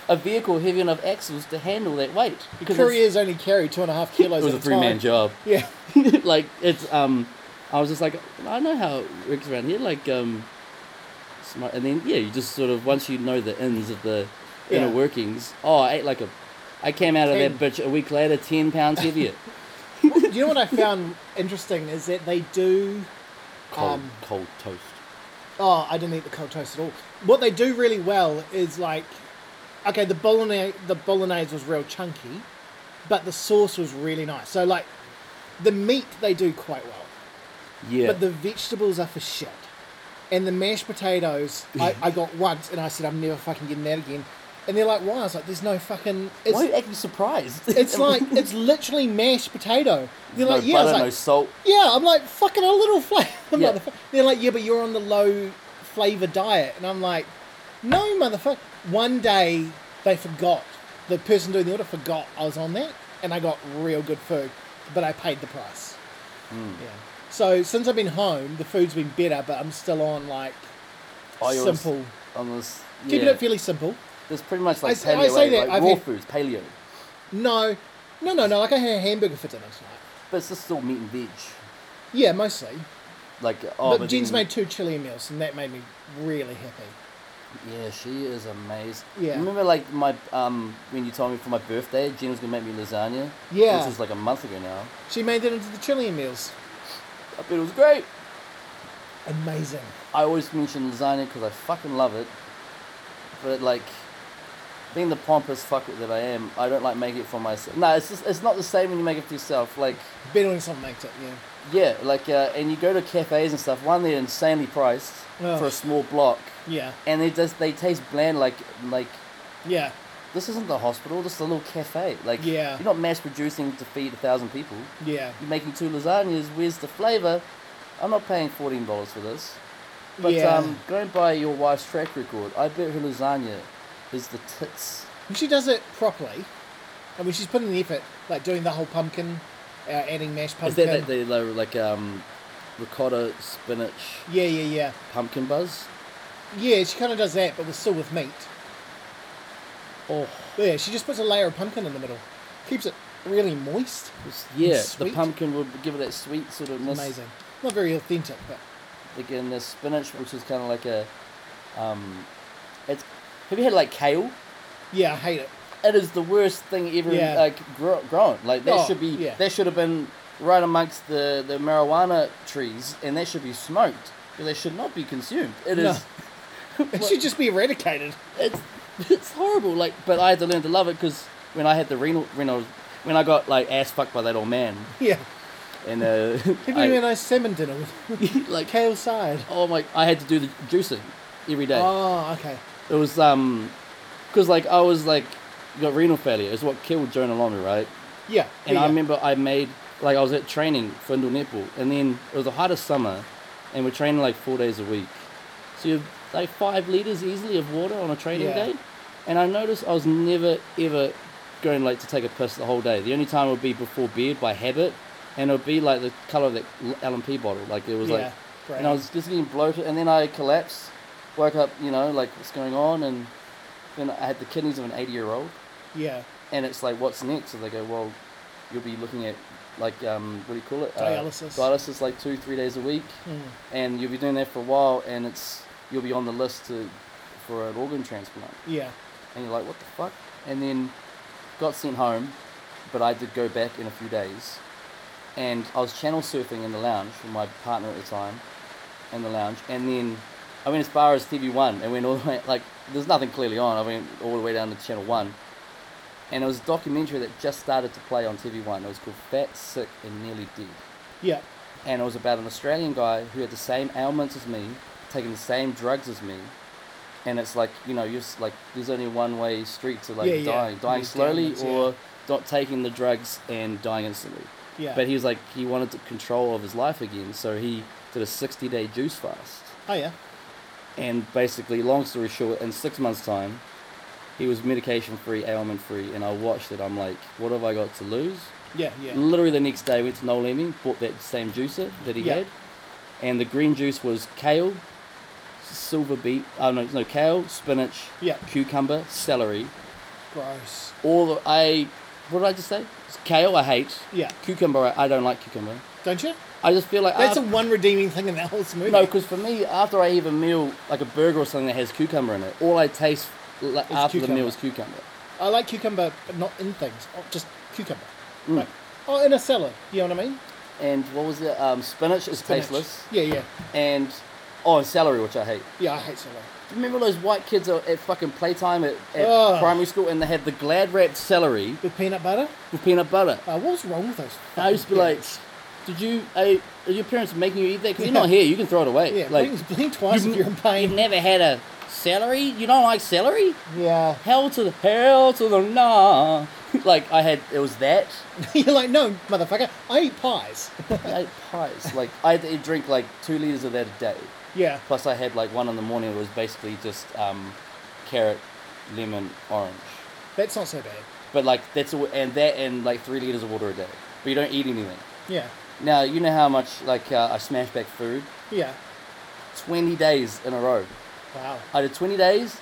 a vehicle heavy enough axles to handle that weight. Because it's- Couriers only carry two and a half [LAUGHS] kilos it was at a three man time. job. [LAUGHS] Yeah. [LAUGHS] like it's um, I was just like I know how it works around here. Like um, smart, and then yeah, you just sort of once you know the ins of the Yeah. inner workings. Oh, I ate like a, I came out of that bitch a week later ten pounds [LAUGHS] heavier. Do you know what I found interesting is that they do. cold, Um, cold toast. Oh, I didn't eat the cold toast at all. What they do really well is like, okay, the bolognese, the bolognese was real chunky, but the sauce was really nice. So like, the meat they do quite well, Yeah. but the vegetables are for shit. And the mashed potatoes, I, I got once, and I said I'm never fucking getting that again. And they're like, why? I was like, there's no fucking. Why are you It's, acting surprised? [LAUGHS] it's like it's literally mashed potato. They're no like, yeah, I was butter, like, no salt. Yeah, I'm like fucking a little [LAUGHS] flavor. Yeah. They're like, yeah, but you're on the low flavor diet, and I'm like, no, motherfucker. One day they forgot. The person doing the order forgot I was on that, and I got real good food, but I paid the price. Hmm. Yeah. So since I've been home, the food's been better, but I'm still on like Oh, you're on s- simple. On this, yeah. Keeping it fairly simple. There's pretty much I like s- I paleo, say eh? that, like I've raw had- foods, paleo. No, no, no, no. Like I had a hamburger for dinner tonight. But it's just still meat and veg. Yeah, mostly. Like, oh, but Jen's then- made two chili meals, and that made me really happy. Yeah, she is amazing. Yeah. Remember, like my um, when you told me for my birthday, Jen was gonna make me lasagna. Yeah. This was like a month ago now. She made it into the Chilean meals. I bet it was great. Amazing. I always mention lasagna because I fucking love it. But like, being the pompous fuck that I am, I don't like make it for myself. No, it's just, it's not the same when you make it for yourself. Like, Better when someone makes it, yeah. yeah, like, uh, and you go to cafes and stuff. One, they're insanely priced Ugh. for a small block, Yeah, and they just they taste bland. Like, like yeah, this isn't the hospital. This is a little cafe. Like, Yeah. you're not mass producing to feed a thousand people. yeah. You're making two lasagnas. Where's the flavor? I'm not paying fourteen dollars for this. But yeah. um, going by your wife's track record, I bet her lasagna is the tits. when she does it properly, and when she's putting the effort, like doing the whole pumpkin, uh, adding mashed Is pumpkin. that like the low, like um, ricotta, spinach, yeah, yeah, yeah. pumpkin buzz? Yeah, she kind of does that, but we're still with meat. Oh, Yeah, she just puts a layer of pumpkin in the middle. Keeps it really moist. it's- yeah. The Sweet. pumpkin would give it that sweet sort of Amazing. Not very authentic, but Again, the spinach, which is kind of like a, um, it's. Have you had like kale? yeah, I [LAUGHS] hate it. It is the worst thing ever Yeah. like grow, grown. Like that Oh, should be yeah. that should have been right amongst the, the marijuana trees, and that should be smoked. But they should not be consumed. It is. No. It should just be eradicated. it's it's horrible. Like, but I had to learn to love it because when I had the renal, when I was, when I got like ass fucked by that old man, Yeah. and [LAUGHS] uh, Give I- me a nice salmon dinner with like, kale side. oh my, I had to do the juicing every day. Oh, okay. It was um, because like I was like got renal failure. It's what killed Jonah Lomu, right? Yeah. And yeah, I yeah. remember I made like I was at training for Indul Nepal, and then it was the hottest summer, and we're training like four days a week, so you have like five liters easily of water on a training Yeah. day, and I noticed I was never ever going like to take a piss the whole day. The only time would be before bed by habit, and it would be like the color of that LMP bottle, like it was Yeah, like, great. and I was just getting bloated, and then I collapsed, woke up, you know, like what's going on, and then I had the kidneys of an eighty year old Yeah. and it's like, what's next? And they go, well, you'll be looking at like um, what do you call it? Dialysis. Uh, dialysis, like two, three days a week, and you'll be doing that for a while, and it's you'll be on the list to for an organ transplant, Yeah. and you're like, what the fuck? And then got sent home, but I did go back in a few days, and I was channel surfing in the lounge with my partner at the time, in the lounge, and then I went as far as TV One, and went all the way like there's nothing clearly on. I went all the way down to Channel One, and it was a documentary that just started to play on TV One. It was called Fat, Sick, and Nearly Dead, Yeah. and it was about an Australian guy who had the same ailments as me, taking the same drugs as me. And it's like you know, you're s- like there's only one way street to like Yeah, yeah. dying, dying These slowly ailments, yeah. or not taking the drugs and dying instantly. Yeah. But he was like, he wanted to control of his life again, so he did a 60 day juice fast. oh yeah. And basically, long story short, in six months' time, he was medication free, ailment free, and I watched it. I'm like, what have I got to lose? Yeah. Yeah. Literally the next day, went to Noel Emming, bought that same juicer that he Yeah. had, and the green juice was kale, silver beet, oh no, no, kale, spinach, Yeah. cucumber, celery. Gross. All the, I, what did I just say? Kale, I hate. Yeah. Cucumber, I, I don't like cucumber. Don't you? I just feel like That's after, the one redeeming thing in that whole movie. Uh, no, because for me, after I eat a meal like a burger or something that has cucumber in it, all I taste like, after the meal is cucumber. I like cucumber, but not in things. Oh, just cucumber. Mm. Like, oh, in a salad. You know what I mean? And what was it? Um, spinach is Spinach. tasteless, Yeah. Yeah. and oh, and celery, which I hate. Yeah. I hate salad. Do you remember those white kids at, at fucking playtime at, at Ugh. primary school, and they had the glad wrapped celery With peanut butter. with peanut butter? Uh, what was wrong with those? And I used to be like, fucking kids? "Did you? Are, are your parents making you eat that? Because Yeah. you're not here. You can throw it away. yeah, like, blink, blink twice if you're in you've [LAUGHS] pain. never had a celery. You don't like celery." yeah. [LAUGHS] Hell to the hell to the nah. [LAUGHS] like I had it was [LAUGHS] that. you're like, no, motherfucker. I eat pies. [LAUGHS] I ate pies. Like I had to eat- drink like two liters of that a day. yeah. Plus I had like one in the morning. It was basically just um, carrot, lemon, orange. That's not so bad. But like that's all, and that and like three liters of water a day. But you don't eat anything. Yeah. Now you know how much like uh, I smash back food. Yeah. Twenty days in a row. Wow. I did twenty days,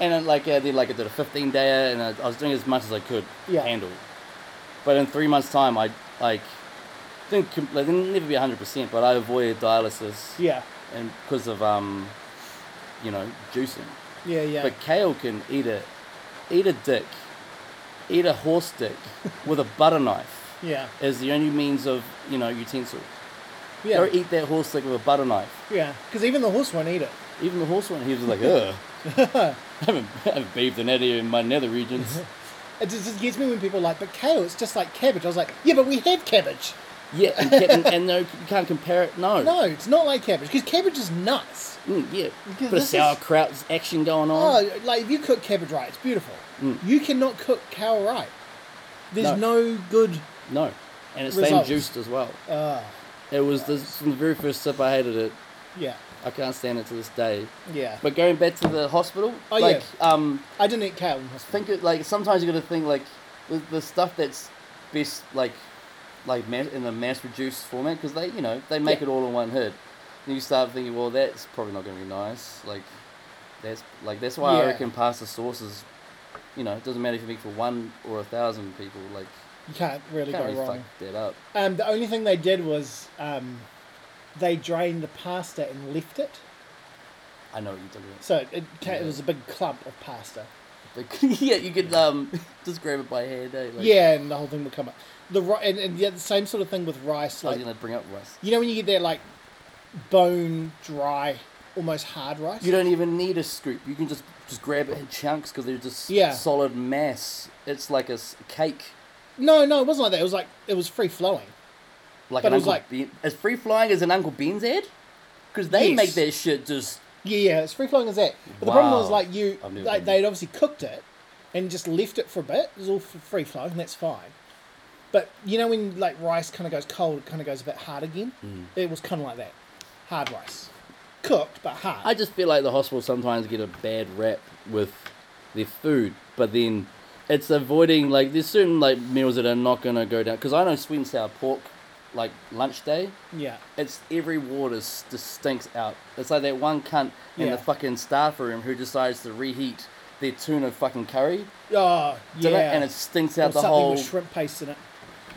and then like uh, then like I did a fifteen day, and I, I was doing as much as I could Yeah. handle. But in three months' time, I like didn't com- like, didn't never be hundred percent, but I avoided dialysis, Yeah. and because of um, you know, juicing. Yeah. Yeah. But kale can eat a eat a dick, eat a horse [LAUGHS] dick with a butter knife. yeah. Is the only means of you know utensil. Yeah. Don't eat that horse dick with a butter knife. Yeah. Because even the horse won't eat it. Even the horse one, he was like, [LAUGHS] ugh. I haven't, I haven't bathed in that area in my nether [LAUGHS] regions. It just, just gets me when people are like, but kale, it's just like cabbage. I was like, yeah, but we have cabbage. yeah, and, ca- and, and no, you can't compare it. No. No, it's not like cabbage because cabbage is nuts. Mm, yeah. Because Bit of this is- sauerkraut action going on. Oh, like if you cook cabbage right, it's beautiful. Mm. You cannot cook kale right. There's no, good. no. And it's Results. same juiced as well. Uh, It was this, from the very first sip I hated it. yeah. I can't stand it to this day. Yeah. But going back to the hospital, Oh, yeah. like, um, I didn't eat kale in hospital. think it, like sometimes you got to think like the, the stuff that's best like like mass, in the mass produced format because they you know they make Yeah. it all in one hit. And you start thinking, well, that's probably not going to be nice. Like that's like that's why Yeah. I reckon pasta sauce is you know it doesn't matter if you make for one or a thousand people. Like You can't really you can't go really wrong. fuck that up. Um, the only thing they did was um, they drained the pasta and left it. I know what you're talking about. So it, it, ca- it Yeah. was a big clump of pasta. But, [LAUGHS] yeah, you could um [LAUGHS] just grab it by hand. Eh? Like, yeah, and the whole thing would come up. The ri- and, and yeah, the same sort of thing with rice. I was Like gonna bring up rice. you know when you get that like bone dry, almost hard rice. You don't even need a scoop. You can just just grab it in chunks because they're just Yeah. solid mass. It's like a s- cake, no, no, it wasn't like that. It was like it was free flowing. like But an it was Uncle like- Ben. As free flying as an Uncle Ben's ad, because they make Yes. that shit just. Yeah, yeah, it's free flowing as that. But the problem was Wow. like you, I've never like been they'd obviously cooked it, and just left it for a bit. It was all f- free flowing. That's fine. But you know when like rice kind of goes cold, it kind of goes a bit hard again. Mm. It was kind of like that, hard rice, cooked but hard. I just feel like the hospital sometimes get a bad rap with their food, but then it's avoiding like there's certain like meals that are not gonna go down. Because I know sweet and sour pork, like lunch day, yeah, It's every water s- just stinks out. It's like that one cunt in Yeah. the fucking staff room who decides to reheat their tuna fucking curry oh yeah, dinner and it stinks Or out the something whole. with shrimp paste in it.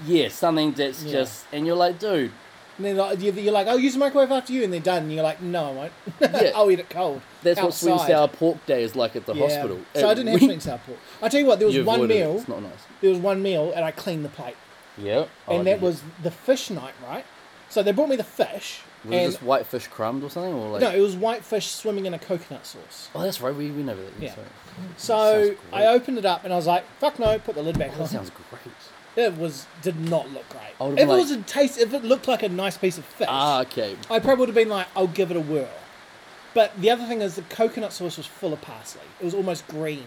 Yes. Something that's Yeah. just and you're like, dude, And then like, you're, you're like, I'll use the microwave after you, and they're done. And you're like, no, I won't. [LAUGHS] Yeah. I'll eat it cold. that's what sweet and outside." sour pork day is like at the Yeah. hospital. So I [LAUGHS] didn't have sweet and sour pork. I tell you what, there was one meal. It's not Oh, nice. There was one meal, and I cleaned the plate. Yeah. and that was the fish night, right? So they brought me the fish, was it and just white fish crumbs or something or like. no, it was white fish swimming in a coconut sauce. Oh, that's right. We we know that. Yeah. sorry. So sounds great. I opened it up, and I was like, "Fuck no!" Put the lid back Oh, on. that sounds great. It was did not look great. I would've If been it like- was a taste, if it looked like a nice piece of fish, Ah, okay. I probably would have been like, "I'll give it a whirl." But the other thing is, the coconut sauce was full of parsley. It was almost green.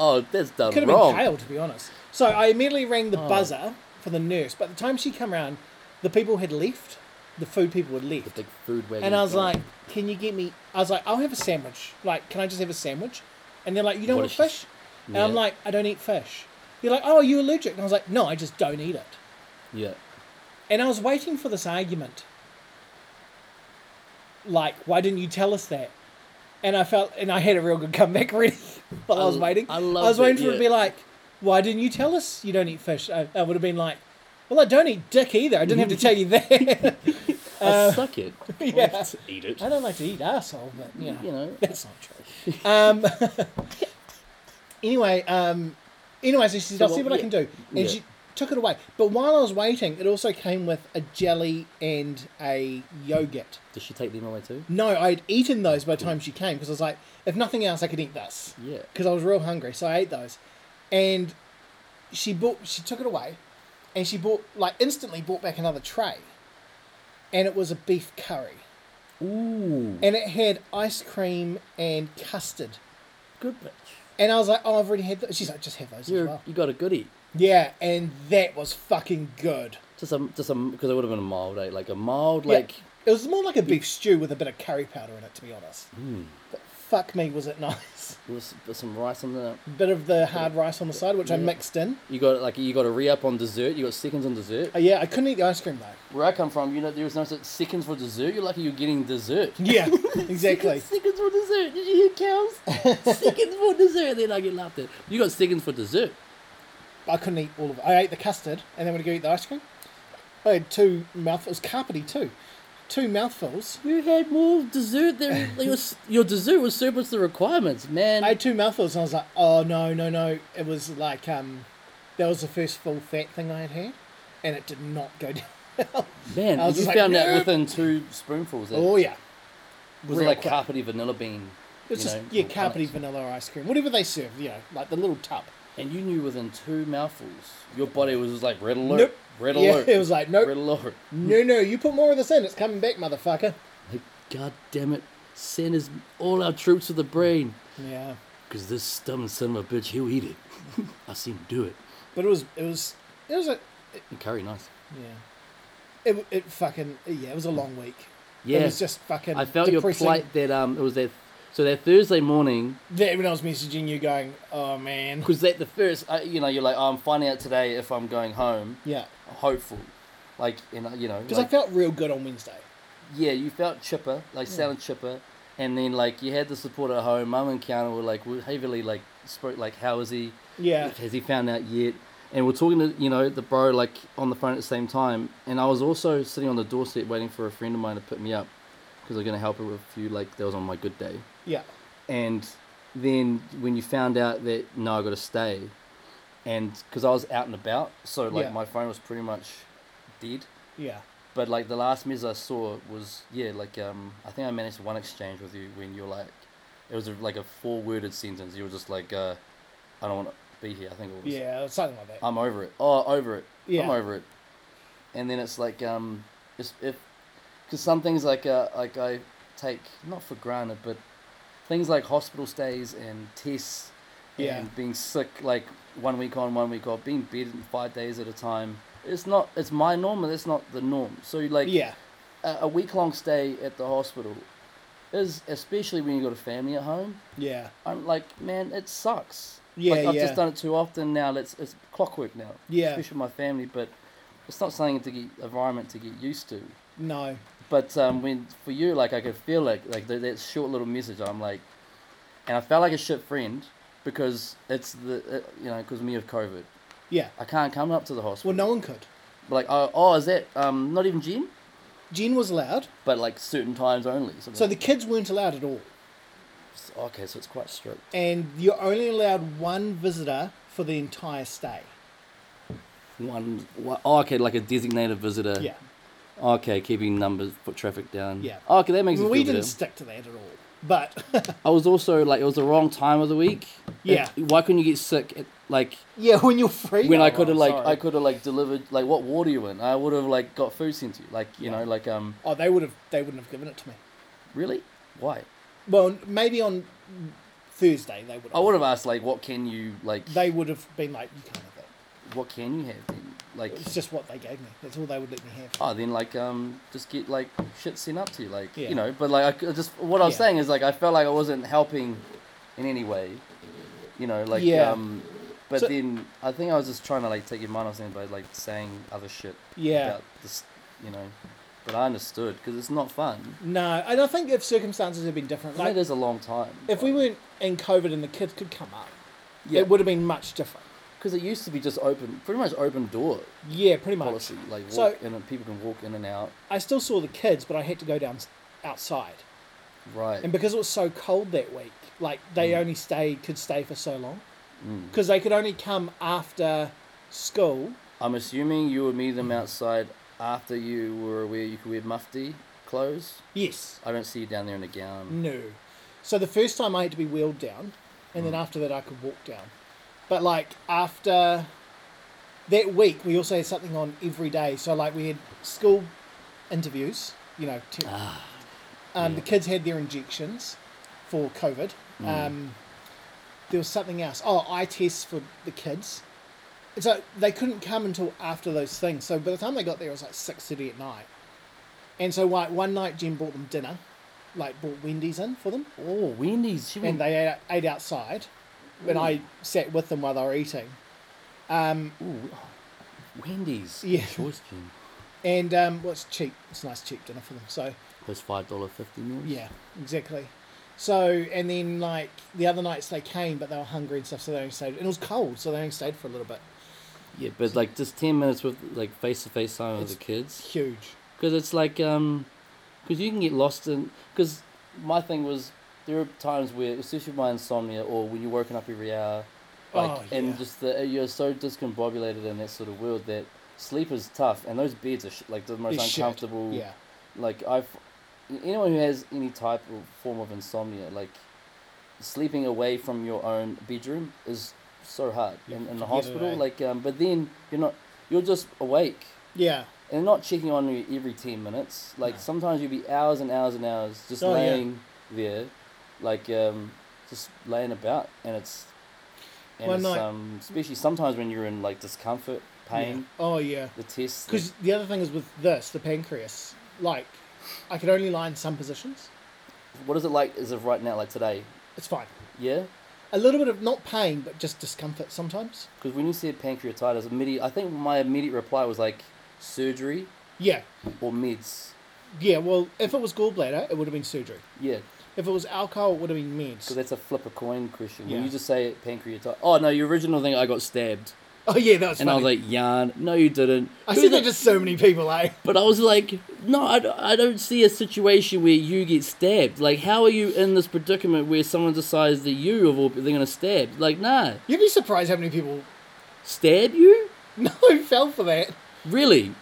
Oh, that's done Could have wrong. been kale, to be honest. So I immediately rang the Oh. buzzer for the nurse. By the time she came around, the people had left. The food people had The left. big food wagon. And I was guy. like, "Can you get me?" I was like, "I'll have a sandwich. Like, can I just have a sandwich?" And they're like, "You don't What want is she- fish?" And I'm Yeah. like, "I don't eat fish." They're like, "Oh, are you allergic?" And I was like, "No, I just don't eat it." yeah. And I was waiting for this argument. Like, why didn't you tell us that? And I felt, and I had a real good comeback ready [LAUGHS] while I, I was l- waiting. I love was that, waiting for it to yeah. be like, why didn't you tell us you don't eat fish? I, I would have been like, well, I don't eat dick either. I didn't have to tell you that. I uh, suck it. [LAUGHS] yeah. Just eat it. I don't like to eat asshole, but you know, You know. that's not true. Um, [LAUGHS] anyway, um, anyway, so she said, So "I'll see what- what I can do," and yeah. she took it away. But while I was waiting, it also came with a jelly and a yogurt. Does she take them away too? No, I'd eaten those by the time she came because I was like, if nothing else, I could eat this Yeah. because I was real hungry. So I ate those, and she bought. She took it away, and she bought like instantly bought back another tray, and it was a beef curry Ooh. and it had ice cream and custard. Good bitch. And I was like, oh, I've already had those. She's like, just have those You're, as well. You got a goodie. Yeah, and that was fucking good. Just a, just a, because it would have been a mild day, like a mild, Yeah, like it was more like a beef stew with a bit of curry powder in it, to be honest. But fuck me, was it [LAUGHS] nice? with with some rice on the. Bit of the hard rice on the side, which I mixed in. You got like you got a re up on dessert. You got seconds on dessert. Oh, yeah, I couldn't eat the ice cream [LAUGHS] though. Where I come from, you know, there was no such seconds for dessert. You're lucky you're getting dessert. Yeah, exactly. Seconds for dessert. Did you hear [LAUGHS] cows? seconds for dessert. Then I get laughed at. You got seconds for dessert. I couldn't eat all of it. I ate the custard, and then when I go eat the ice cream, I had two mouthfuls, carpety too. Two mouthfuls. You had more dessert [LAUGHS] than your your dessert was surplus to requirements, man. I had two mouthfuls and I was like, oh no, no, no. It was like um, that was the first full fat thing I had had, and it did not go down. [LAUGHS] man, I was you just like, found out "Nope." within two spoonfuls. eh? That, Oh yeah, was it real like quick. carpety vanilla bean? it was you just know, yeah, or carpety Alex? vanilla ice cream, whatever they serve, you know, like the little tub. And you knew within two mouthfuls, your body was just like red alert, Nope. red Yeah, alert. [LAUGHS] it was like, nope. red alert. No, no, you put more of this in, it's coming back, motherfucker. Like, God damn it, send us all our troops to the brain, Yeah, because this stubborn son of a bitch, he'll eat it. [LAUGHS] I seen him do it. but it was, it was, it was a, it, And curry, nice. yeah, it, it fucking yeah, it was a long week. Yeah, it was just fucking. I felt depressing. your plight that um, it was that. So that Thursday morning, That when I was messaging you, going, oh man, because that the first, uh, you know, you're like, oh, I'm finding out today if I'm going home. yeah, hopeful, like you know, you know, because I like, felt real good on Wednesday. yeah, you felt chipper, like sounded chipper, and then like you had the support at home. Mum and Kiana were like were heavily like spoke like, how is he? Yeah. has he found out yet? And we're talking to you know the bro like on the phone at the same time, and I was also sitting on the doorstep waiting for a friend of mine to pick me up because I'm gonna help her with a few like that was on my good day. Yeah, and then when you found out that no, I got to stay, and because I was out and about, so like Yeah. my phone was pretty much dead. yeah, But like the last message I saw was yeah, like um, I think I managed one exchange with you when you're like, it was a, like a four-worded sentence. You were just like, uh, I don't want to be here. I think it was. yeah, something like that. I'm over it. Oh, over it. Yeah. I'm over it. And then it's like um, it's, if because some things like uh, like I take not for granted, but things like hospital stays and tests, Yeah. and being sick like one week on, one week off, being bed five days at a time. It's not. It's my norm, and that's not the norm. So like yeah, a, a week long stay at the hospital is especially when you got a family at home. yeah, I'm like, man, it sucks. Yeah, like, I've yeah. just done it too often now. Let's it's clockwork now. Yeah. especially with my family, but it's not something to get environment to get used to. no, But um, when for you, like I could feel like like th- that short little message. I'm like, and I felt like a shit friend because it's the uh, you know because me of COVID, Yeah. I can't come up to the hospital. Well, no one could. Like, oh, oh, is that um, not even gym? Gin was allowed, But like certain times only. So, so the kids weren't allowed at all. okay, so it's quite strict. And you're only allowed one visitor for the entire stay. One, one oh, okay, like a designated visitor. Yeah. Okay, keeping numbers foot traffic down. Yeah. okay, that makes me we feel didn't better. stick to that at all. But [LAUGHS] I was also like, it was the wrong time of the week. Yeah. Like, why couldn't you get sick? At, like yeah, when you're free. when I oh, could have well, like sorry. I could have like delivered like what ward are you in? I would have like got food sent to you. Like you know like um Oh, they would have. They wouldn't have given it to me. really why? Well, maybe on Thursday they would. I would have asked like what can you like They would have been like, you can't have that. what can you have then? like It's just what they gave me. That's all they would let me have. oh then like um just get like shit sent up to you like Yeah. you know but like I c- I just what I was Yeah. saying is like I felt like I wasn't helping in any way you know like Yeah. um but So- then I think I was just trying to like take your mind off something by like saying other shit Yeah. about this you know but I understood because it's not fun No, and I think if circumstances had been different, like, like it is a long time if we weren't in COVID and the kids could come up, Yeah. it would have been much different. because it used to be just open pretty much open door Yeah, pretty much. policy like walk So- in and people can walk in and out I still saw the kids, but I had to go down outside, right and because it was so cold that week, like Mm. they only stayed could stay for so long, because they could only come after school. I'm assuming you would meet them outside after you were aware you could wear mufti clothes. Yes. I don't see you down there in a gown. No. So the first time I had to be wheeled down, and then after that I could walk down. But like after that week, we also had something on every day. So like we had school interviews, you know. Te- um, The kids had their injections for COVID. Um, there was something else. Oh, eye tests for the kids. And so they couldn't come until after those things. So by the time they got there, it was like six thirty at night. And so like one night, Jim bought them dinner, like bought Wendy's in for them, Oh, Wendy's. She Mm. and they ate, ate outside. And I sat with them while they were eating. Wendy's. Yeah. Choice gin. And um, well, it's cheap. It's a nice cheap dinner for them. So Was five dollar fifty meals. yeah, exactly. So and then like the other nights they came, but they were hungry and stuff, so they only stayed. And it was cold, so they only stayed for a little bit. Yeah, but like just ten minutes with like face to face time with It's- the kids, Huge. because it's like um, because you can get lost in. Because my thing was there are times where, especially with my insomnia, or when you're woken up every hour, like Oh, yeah. and just the, you're so discombobulated in that sort of world that sleep is tough, and those beds are sh- like the most It's shit. uncomfortable. Yeah. like I've anyone who has any type of form of insomnia, like sleeping away from your own bedroom is so hard Yeah, in, in the forget it, hospital. eh? Like, um, but then you're not, you're just awake Yeah. and not checking on you every ten minutes. Like No. sometimes you'd be hours and hours and hours just Oh, yeah. laying there, like um, just laying about, and it's and One it's, night- um, especially sometimes when you're in like discomfort, pain, Yeah. Oh yeah. the tests. the- Because the other thing is with this, the pancreas, like I could only lie in some positions. What is it like as of right now? Like today, It's fine. yeah. A little bit of not pain, but just discomfort sometimes. Because when you said pancreatitis, immediate, I think my immediate reply was like surgery Yeah. or meds. Yeah, well, if it was gallbladder, it would have been surgery. Yeah, If it was alcohol, it would have been meds. because that's a flip a coin question. When Yeah. you just say pancreatitis, oh no, your original thing, I got stabbed, oh yeah, that was and I funny. was like, yarn. No, you didn't. I Who said the- that to so many people, eh? But I was like, no, I, d- I don't see a situation where you get stabbed. Like, how are you in this predicament where someone decides that you of all they're gonna stab? Like, nah, You'd be surprised how many people [LAUGHS] stab you? no fell for that. Really?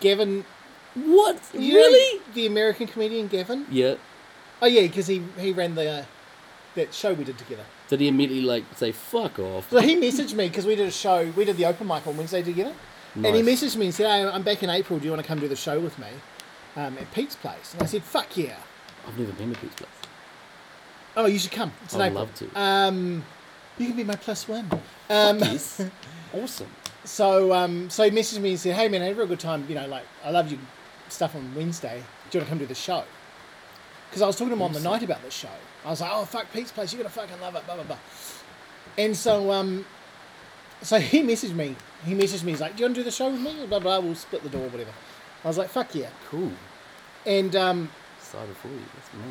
Gavin, What? you know really? the American comedian Gavin. Yeah. Oh yeah, because he he ran the uh, that show we did together. Did he immediately like say fuck off? So he messaged me because we did a show, we did the open mic on Wednesday together. And he Nice. messaged me and said, hey, I'm back in April, do you want to come do the show with me um, at Pete's place? And I said, fuck yeah. I've never been to Pete's place. Oh, you should come. It's in I'd April. love to. Um, you can be my plus one. Um, [LAUGHS] Yes. awesome. so, um, so he messaged me and said, hey man, I had a real good time. You know, like, I loved your stuff on Wednesday. Do you want to come do the show? Because I was talking to him on the night about this show. I was like, oh, fuck Pete's place. You're going to fucking love it, blah, blah, blah. And so, um, so [LAUGHS] he messaged me. He messaged me. He's like, do you want to do the show with me? Blah, blah, we'll split the door, whatever. I was like, fuck yeah. Cool. And, um, Excited for you. That's me.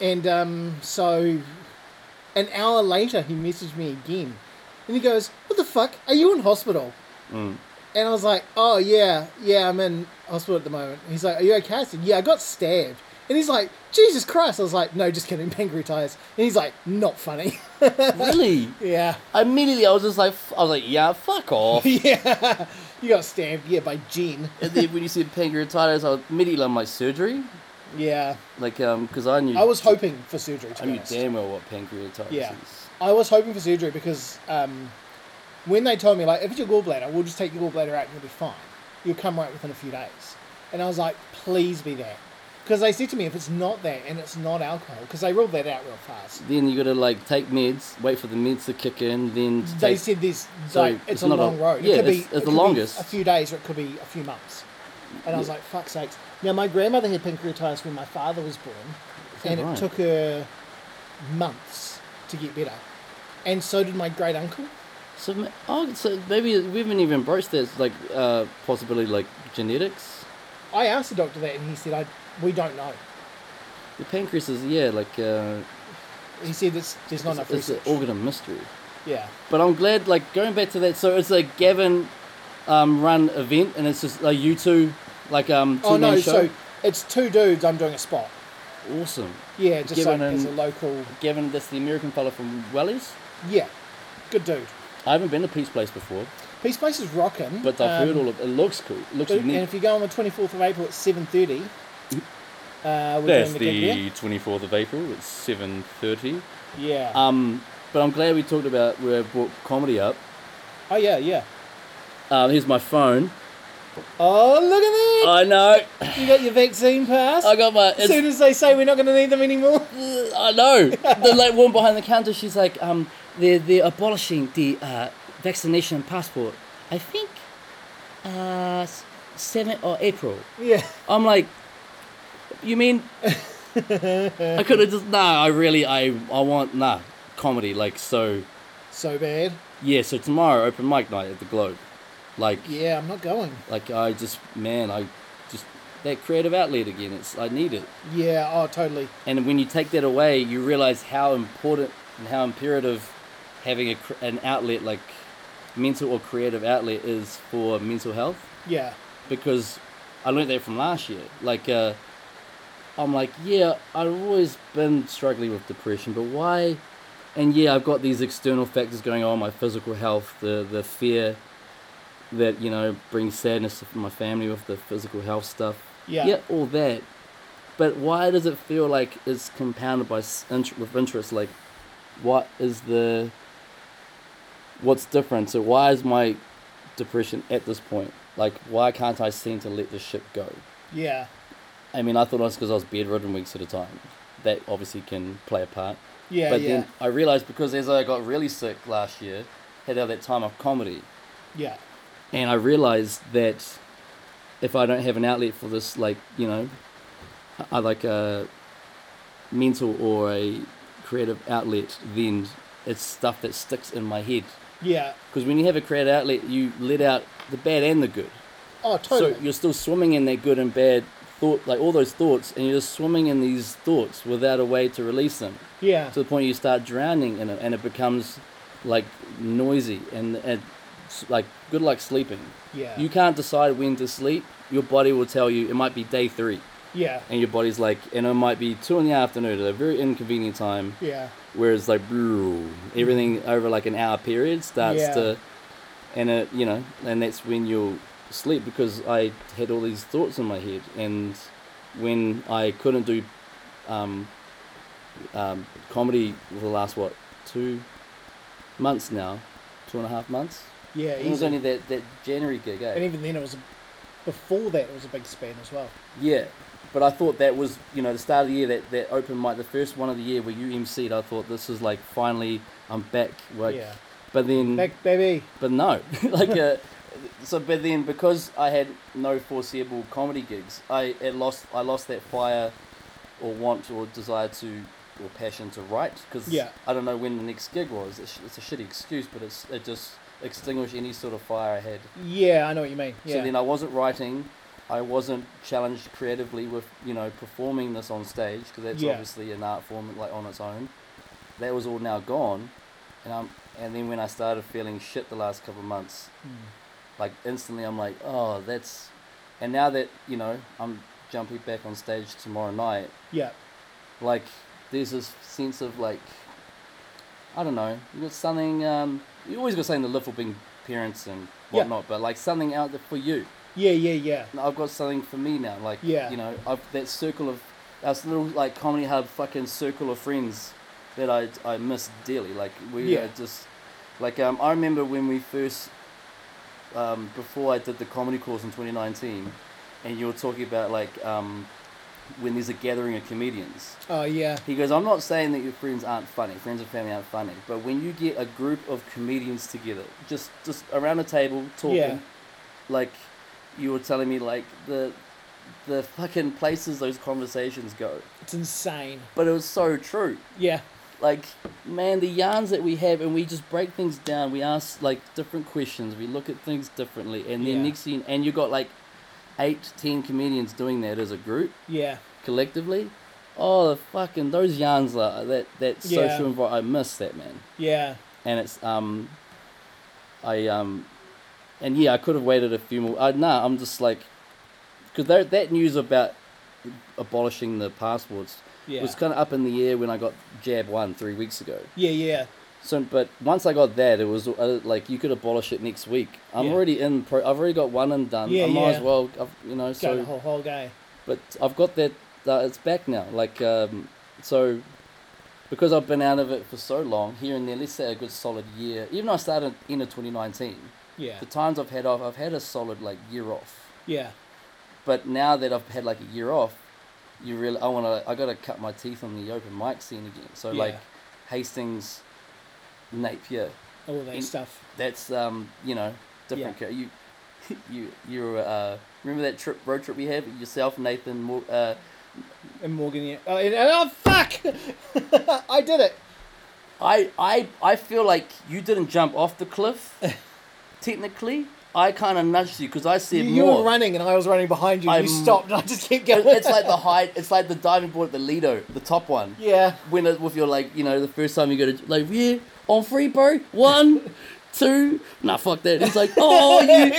And um, so an hour later, he messaged me again. And he goes, What the fuck? Are you in hospital? And I was like, oh, yeah, yeah, I'm in hospital at the moment. And he's like, are you okay? I said, yeah, I got stabbed. And he's like, Jesus Christ. I was like, no, just kidding, [LAUGHS] pancreatitis. And he's like, not funny. [LAUGHS] Really? yeah. [LAUGHS] Immediately, I was just like, f- I was like, yeah, fuck off. Yeah. [LAUGHS] you got stabbed, yeah, by Gene. and then when you said pancreatitis, I was immediately on my surgery, Yeah. like, um, because I knew I was hoping for surgery, to I be knew honest. damn well what pancreatitis Yeah. is. I was hoping for surgery because um, when they told me, like, if it's your gallbladder, we'll just take your gallbladder out and you'll be fine. You'll come right within a few days. And I was like, please be that. Because they said to me, if it's not that and it's not alcohol, because they ruled that out real fast. Then you got to like take meds, wait for the meds to kick in, then to They take. said this, So like, it's, it's a not a- long road. yeah, it could be, it's- it's it the could be longest. a few days or it could be a few months. And I was like, fuck sakes. Now, my grandmother had pancreatitis when my father was born, that and right? it took her months to get better. And so did my great uncle. So, ma- oh, so maybe we haven't even broached this, like, uh, possibly like genetics. I asked the doctor that, and he said, "I we don't know." The pancreas is yeah, like uh, He said, "It's there's not it's, enough it's an Oh, research." organ of mystery. Yeah, But I'm glad, like, going back to that. So it's a Gavin um, run event, and it's just like you two, like, um, two Oh no, man show. so it's two dudes. I'm doing a spot. awesome. Yeah, just Given like as a an- local. Gavin, that's the American fella from Wellies. Yeah, good dude. I haven't been to Pete's Place before, Peace Place is rocking. but I've um, heard all of it. Looks cool. It looks but- And unique. if you go on the 24th of April at 7:30, uh, we're doing the, gig there. 24th of April. It's 7.30. Yeah. Um, but I'm glad we talked about where I brought comedy up. oh yeah, yeah. Um, here's my phone. Oh look I know. at that! You got your vaccine pass. I got my. as soon Oh. It's, as they say we're not going to need them anymore. [LAUGHS] I know. The like woman behind the counter. She's like, um, they're they're abolishing the uh, vaccination passport. I think, uh, s- seven or April. Yeah. I'm like, you mean? I could have just nah. I really I I want nah comedy like so So bad. yeah. So tomorrow open mic night at the Globe, like Yeah, I'm not going. like I just man I just that creative outlet again. It's I need it. Yeah. Oh, totally. And when you take that away, you realize how important and how imperative having a, cr- an outlet like mental or creative outlet is for mental health. Yeah. Because I learned that from last year. Like, uh, I'm like, yeah, I've always been struggling with depression, but why? And yeah, I've got these external factors going on my physical health, the, the fear that, you know, brings sadness to my family with the physical health stuff Yeah. yeah, all that. But why does it feel like it's compounded by s- int- with interest? Like, what is the what's different? So why is my depression at this point? Like, why can't I seem to let this shit go? Yeah. I mean, I thought it was because I was bedridden weeks at a time. That obviously can play a part. Yeah. but yeah. then I realized because as I got really sick last year, had all that time of comedy, Yeah. and I realized that if I don't have an outlet for this, like you know, I like a mental or a creative outlet, then it's stuff that sticks in my head. Yeah. Because when you have a creative outlet, you let out the bad and the good. Oh, totally. So you're still swimming in that good and bad thought, like all those thoughts, and you're just swimming in these thoughts without a way to release them yeah. to the point you start drowning in it, and it becomes like noisy and, and s- like good luck sleeping. Yeah. You can't decide when to sleep. Your body will tell you it might be day three, yeah. and your body's like, and it might be two in the afternoon at a very inconvenient time. Yeah. Whereas like brrr, everything over like an hour period starts Yeah. to, and it you know, and that's when you'll sleep because I had all these thoughts in my head, and when I couldn't do, um, um, comedy for the last what two months now, two and a half months. Yeah. It was Easy. only that that January gig, eh? and even then, it was a, before that. It was a big span as well. Yeah, but I thought that was you know the start of the year that that open mic, the first one of the year where you emceed. I thought this is like finally I'm back. Like, Yeah. But then, Back, baby. but no, [LAUGHS] like [LAUGHS] uh, so. But then because I had no foreseeable comedy gigs, I it lost I lost that fire, or want or desire to or passion to write because Yeah. I don't know when the next gig was. It's, it's a shitty excuse, but it's it just extinguished any sort of fire I had. Yeah, I know what you mean. Yeah. So then I wasn't writing, I wasn't challenged creatively with you know performing this on stage because that's Yeah. obviously an art form like on its own. That was Mm. all now gone, and um, and then when I started feeling shit the last couple of months, Like instantly, I'm like, oh, that's. And now that you know, I'm jumping back on stage tomorrow night. Yeah. Like, there's this sense of like, I don't know. You got something. Um, you always got something to live for being parents and Yeah. whatnot, but like something out there for you. Yeah, yeah, yeah. And I've got something for me now. Like, Yeah. you know, I've that circle of that little like comedy hub fucking circle of friends that I I miss dearly. Like we Yeah. are just like um I remember when we first um before I did the comedy course in 2019, and you were talking about like um when there's a gathering of comedians. Oh, yeah. He goes, I'm not saying that your friends aren't funny. Friends and family aren't funny, but when you get a group of comedians together, just just around a table talking, Yeah. like you were telling me, like the the fucking places those conversations go. It's insane. But it was so true. Yeah. Like man, the yarns that we have, and we just break things down. We ask like different questions. We look at things differently, and then Yeah. next thing, and you got like eight, ten comedians doing that as a group Yeah. collectively. Oh, the fucking those yarns are that that Yeah. social environment. I miss that man, Yeah. and it's um, I um, and yeah, I could have waited a few more. Uh, nah, I'm just like, because that that news about abolishing the passports Yeah. was kind of up in the air when I got jab one three weeks ago. yeah, yeah. So, but once I got that, it was uh, like you could abolish it next week. I'm Yeah. already in. Pro- I've already got one and done. Yeah, I might yeah. as well. I've, you know, Got so the whole, whole guy. but I've got that. Uh, it's back now. Like um, so, because I've been out of it for so long, here and there. Let's say a good solid year. Even though I started in of twenty nineteen, Yeah. the times I've had off, I've had a solid like year off. Yeah. But now that I've had like a year off, you really I want to. I got to cut my teeth on the open mic scene again. So Yeah. like, Hastings, Napier. All that In- stuff. That's um, you know, different. co- You, [LAUGHS] you, you uh, remember that trip road trip we had yourself, Nathan, Mor- uh, And Morgan, yeah. Oh, and, oh fuck! [LAUGHS] I did it. I, I, I feel like you didn't jump off the [LAUGHS] cliff. Technically, I kind of nudged you because I You, said you more. were running, and I was running behind you. I'm- you stopped, and I just kept It- going. it's like the height. It's like the diving board at the Lido, the top one. [LAUGHS] yeah. When it, with your like, you know, the first time you go to like, yeah, on free, bro. [LAUGHS] One, two. Nah, fuck that. It's like, oh, you. And,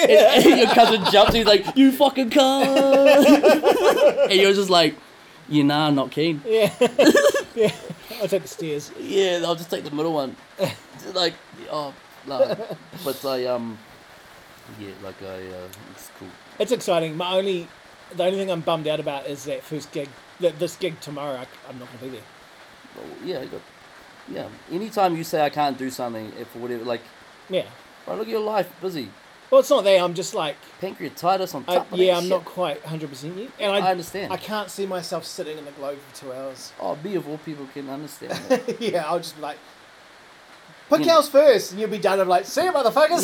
and your cousin jumps. He's like, you fucking cunt. [LAUGHS] and you're just like, you nah, I'm not keen. [LAUGHS] Yeah. [LAUGHS] yeah. I'll take the stairs. Yeah, I'll just take the middle [LAUGHS] one. like, oh, no. But I, um, yeah, like I, uh, it's cool. It's exciting. My only, the only thing I'm bummed out about is that first gig. That this gig tomorrow, I, c- I'm not gonna be there. Oh, yeah, I got, yeah. Anytime you say I can't do something, if whatever, like, Yeah. bro, look at your life, busy. Well, it's not there. I'm just like, Pancreatitis on I, top of yeah, that I'm shit. not quite 100 percent yet, and I, I understand. I can't see myself sitting in the globe for two hours. [LAUGHS] Oh, me of all people can understand that. yeah, I'll just be like, put Yeah. cows first, and you'll be done. I'm like, see you, [LAUGHS] motherfuckers.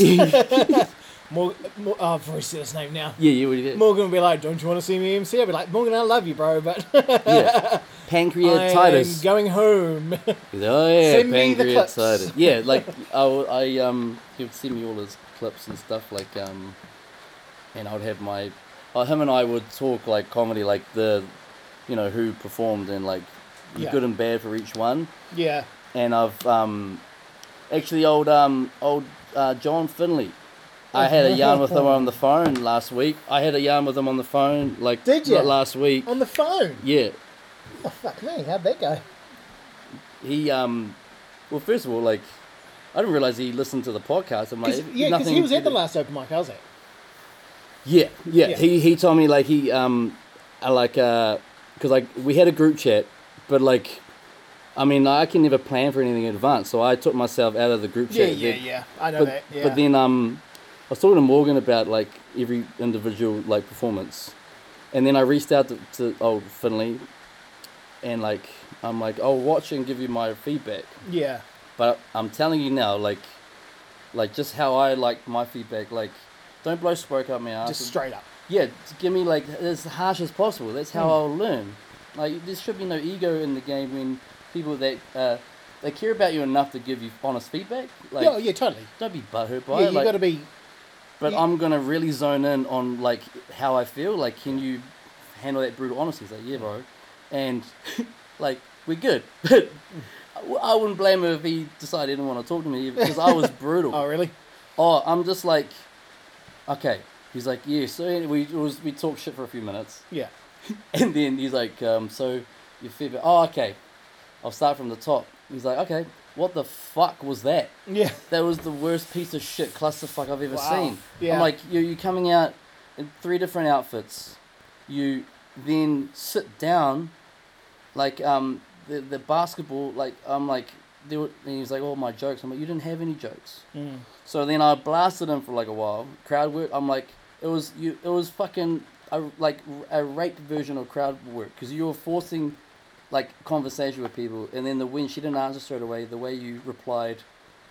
[LAUGHS] Morgan, Mor- oh, I've already said his name now. yeah, you already did. [LAUGHS] Morgan will be like, don't you want to see me MC? I'll be like, Morgan, I love you, bro, but [LAUGHS] Yeah. I'm Pancreatitis. going home. [LAUGHS] oh, yeah, Send me the clips. pancreatitis. Yeah, like, [LAUGHS] I, would- I, um, he would send me all his clips and stuff, like, um, and I would have my, oh, him and I would talk, like, comedy, like, the, you know, who performed and, like, the Yeah. good and bad for each one. yeah, and I've um, actually old um, old uh, John Finley. I had a yarn with him on [LAUGHS] the phone last week. I had a yarn with him on the phone like Did ya? last week. on the phone. Yeah, Oh, fuck me, how'd that go? he um, well first of all like I didn't realize he listened to the podcast. I'm like Cause, yeah, because nothing- he was at the last open mic I was at. Yeah, yeah. Yeah. He he told me like he um, I like uh, cause like we had a group chat, but like. I mean, I can never plan for anything in advance, so I took myself out of the group Yeah, chat. yeah, then. yeah. I know but, that. Yeah. but then um, I was talking to Morgan about like every individual like performance, and then I reached out to, to old Finley, and like I'm like I'll watch and give you my feedback, yeah, but I'm telling you now like, like just how I like my feedback like, don't blow smoke up my ass. just straight up. Yeah, just give me like as harsh as possible. That's Hmm. how I'll learn. Like there should be no ego in the game when people that uh, they care about you enough to give you honest feedback. Like yeah, yeah, totally. don't be butthurt by Yeah, it. you Like, got to be. but you- I'm gonna really zone in on like how I feel. Like, can you handle that brutal honesty? He's like, yeah, bro. And [LAUGHS] like, we're good. [LAUGHS] But I wouldn't blame him if [LAUGHS] he decided he didn't want to talk to me because I was brutal. Oh, really? Oh, I'm just like, okay. He's like, yeah. So anyway, we it was we talked shit for a few minutes, [LAUGHS] Yeah. and then he's like, um, so your feedback. Oh, okay. I'll start from the top. He's like, okay. What the fuck was that? Yeah. That was the worst piece of shit clusterfuck I've ever Wow. seen. Yeah. I'm like, you're, you're coming out in three different outfits. You then sit down, like, um, the, the basketball, like, I'm like, there were, and he's like, oh, my jokes. I'm like, you didn't have any jokes. Mm. So then I blasted him for like a while. Crowd work. I'm like, it was you. It was fucking a, like a rape version of crowd work because you were forcing like conversation with people, and then the when she didn't answer straight away, the way you replied,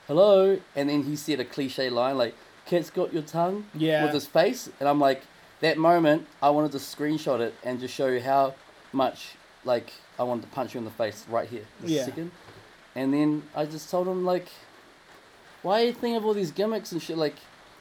"Hello," and then he said a cliche line like, "Cat's got your tongue." Yeah. With his face, and I'm like, that moment, I wanted to screenshot it and just show you how much like I wanted to punch you in the face right here, this Yeah. second. And then I just told him like, why are you thinking of all these gimmicks and shit? Like,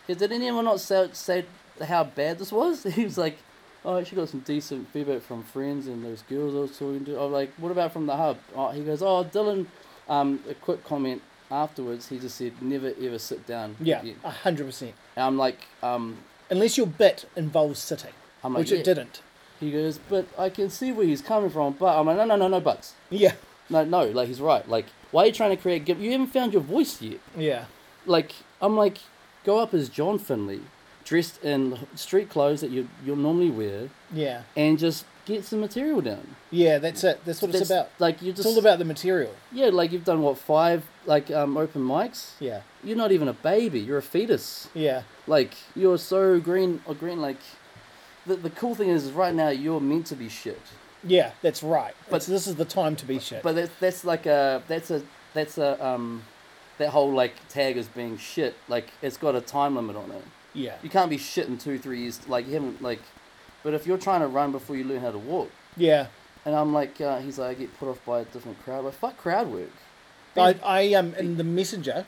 "Yeah, did anyone not say, say how bad this was? [LAUGHS] He was like, oh, I actually got some decent feedback from friends and those girls I was talking to. I was like, what about from the hub? Oh, he goes, oh, Dylan, um, a quick comment afterwards, he just said, never ever sit down. Yeah. again." A hundred percent. And I'm like, um, Unless your bit involves sitting, I'm like, which yeah. it didn't. he goes, but I can see where he's coming from, but I'm like, no, no, no, no buts. Yeah. No, no, like, he's right. Like, why are you trying to create, gim- you haven't found your voice yet. Yeah. like I'm like, go up as John Finley, dressed in street clothes that you you'll normally wear, Yeah. and just get some material down. Yeah. That's it. That's what it's That's- about. Like you It's just all about the material. yeah. Like you've done what five like um open mics. Yeah. You're not even a baby. You're a fetus. Yeah. Like you're so green or green. Like the the cool thing is right now you're meant to be shit. Yeah. That's right. But- But this is the time to be shit. But that's that's like a that's a that's a um that whole like tag as being shit. Like it's got a time limit on it. yeah. You can't be shit in two, three years. Like you haven't like, but if you're trying to run before you learn how to walk, Yeah. and I'm like, uh, he's like, I get put off by a different crowd. Like fuck crowd work. I, I um in the messenger,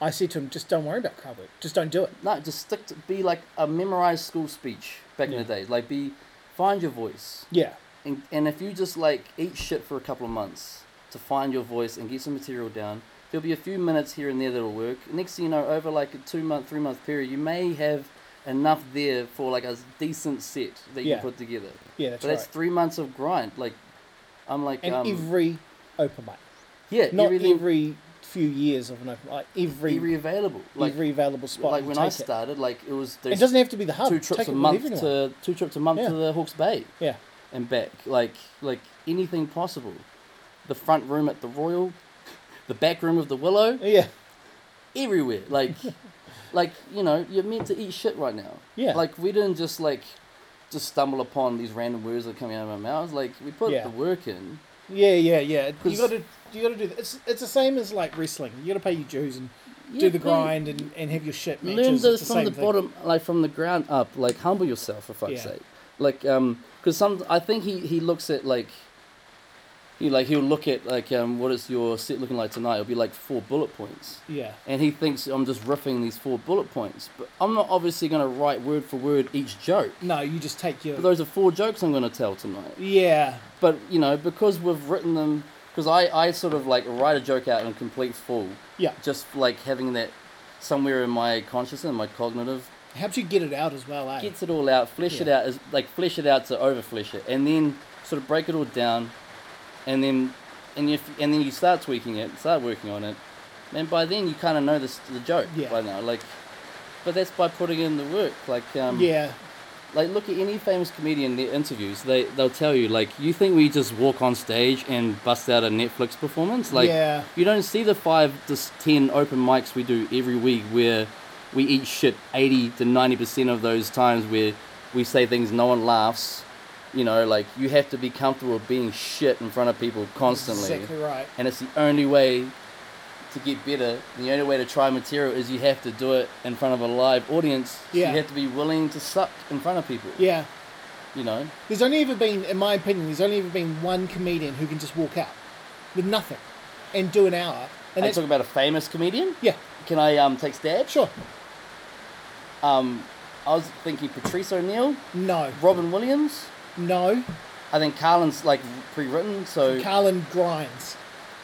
I said to him, just don't worry about crowd work. Just don't do it. No, just stick to be like a memorized school speech back Yeah. in the day. Like be, find your voice, Yeah. and and if you just like eat shit for a couple of months to find your voice and get some material down, there'll be a few minutes here and there that'll work. Next thing you know, over like a two month, three month period, you may have enough there for like a decent set that you Yeah. can put together. Yeah. That's but that's right. three months of grind. Like, I'm like, and um, every open mic. yeah, Not everything- every few years of an open mic. Every every every, available. Like, available spot. like you when I take it. started, like it was It there's doesn't have to be the hub. two trips Take a it with month everyone. to two trips a month Yeah. to the Hawke's Bay Yeah. and back. Like, like anything possible. The front room at the Royal, the back room of the Willow, Yeah. everywhere. [LAUGHS] Like, like you know, you're meant to eat shit right now. Yeah. Like we didn't just like, just stumble upon these random words that are coming out of our mouths. Like we put Yeah. the work in. Yeah, yeah, yeah. You 'Cause- got to, you got to do that. It's, it's the same as like wrestling. You got to pay your dues and Yeah, do the but- grind and, and have your shit matches. Learn It's those the from same the thing. bottom, like from the ground up. Like humble yourself for fuck's Yeah. sake. Like um, because some I think he he looks at like. He like he'll look at like um, what is your set looking like tonight? It'll be like four bullet points, Yeah, and he thinks I'm just riffing these four bullet points. But I'm not obviously gonna write word for word each joke. no, you just take your. But those are four jokes I'm gonna tell tonight yeah, but you know because we've written them because I, I sort of like write a joke out in complete full Yeah. just like having that somewhere in my consciousness my cognitive helps you get it out as well, eh? gets it all out flesh it Yeah. out is like flesh it out to over flesh it and then sort of break it all down and then and if and then you start tweaking it start working on it and by then you kind of know this the joke Yeah. by now like but that's by putting in the work like um yeah, like look at any famous comedian their interviews they they'll tell you like you think we just walk on stage and bust out a netflix performance like Yeah. you don't see the five to s- ten open mics we do every week where we eat shit 80 to 90 percent of those times where we say things no one laughs you know like you have to be comfortable being shit in front of people constantly exactly right. and it's the only way to get better. And the only way to try material is you have to do it in front of a live audience. So Yeah. You have to be willing to suck in front of people. Yeah, You know. there's only ever been, in my opinion, there's only ever been one comedian who can just walk out with nothing and do an hour, and And I that's talk about a famous comedian. yeah, Can I um take stab? sure, Um, I was thinking Patrice O'Neill, no, Robin Williams. no. I think Carlin's like pre-written. So Carlin grinds.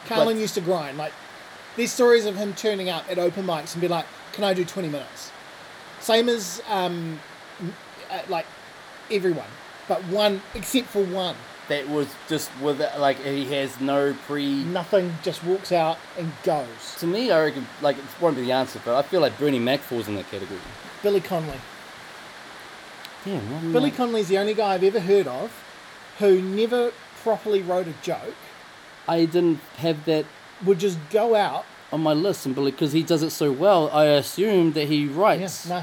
Carlin But- used to grind. Like, there's stories of him turning up at open mics and be like, "Can I do 20 minutes?" Same as um, m- uh, like everyone, but one except for one. That was just with like he has no pre. Nothing just walks out and goes. To me, I reckon like it won't be the answer, but I feel like Bernie Mac falls in that category. Billy Conley. Yeah, Billy Conley's the only guy I've ever heard of who never properly wrote a joke, I didn't have that would just go out. on my list, and Billy because he does it so well, I assume that he writes. Yes. Nah.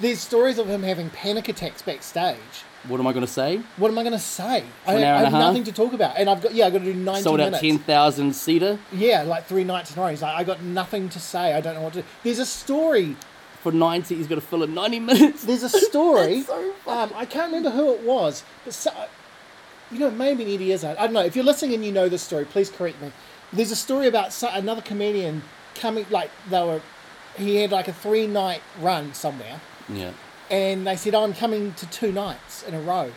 There's stories of him having panic attacks backstage. What am I going to say? What am I going to say? I, An hour I and have a half? nothing to talk about, and I've got yeah, I've got to do 90 Sold minutes. out ten thousand seater Yeah, like three nights in a row. He's like, I got nothing to say. I don't know what to. There's a story. for ninety. He's got to fill in ninety minutes. There's a [LAUGHS] story. That's so um, I can't remember who it was, but so, you know, maybe it is. I don't know. If you're listening and you know this story, please correct me. There's a story about so, another comedian coming. Like they were, he had like a three night run somewhere, Yeah. and they said, oh, I'm coming to two nights in a row.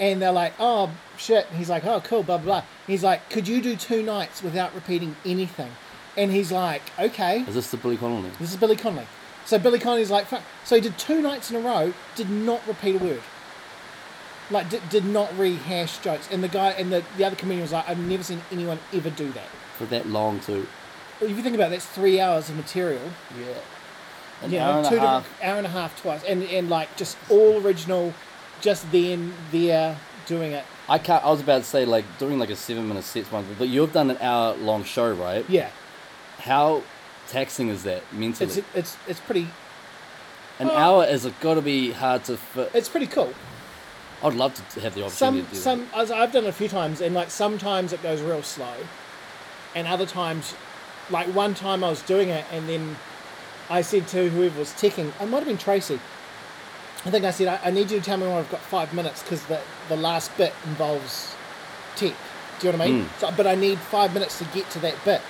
And they're like, oh, shit. And he's like, oh, cool, blah, blah, blah. He's like, could you do two nights without repeating anything? And he's like, okay. Is this the Billy Connolly? This is Billy Connolly. So Billy Connolly's like, fuck. So he did two nights in a row, did not repeat a word. Like, did, did not rehash jokes. And the guy, and the, the other comedian was like, I've never seen anyone ever do that. For that long too. Well, if you think about it, that's three hours of material. Yeah. An you hour know, and two a half. different hour and a half twice, and and like just all original, just then there doing it. I can't. I was about to say like doing like a seven minute set one, but you've done an hour long show, right? Yeah, How taxing is that mentally? it's Oh. it's it's pretty an hour is got to be hard to fit. it's pretty cool. I'd love to have the opportunity Some to do some as I've done it a few times, and like sometimes it goes real slow, and other times, like one time I was doing it, and then I said to whoever was ticking, I might have been Tracy. I think I said I, I need you to tell me when I've got five minutes because the the last bit involves tick. Do you know what I mean? Hmm. So, but I need five minutes to get to that bit. that.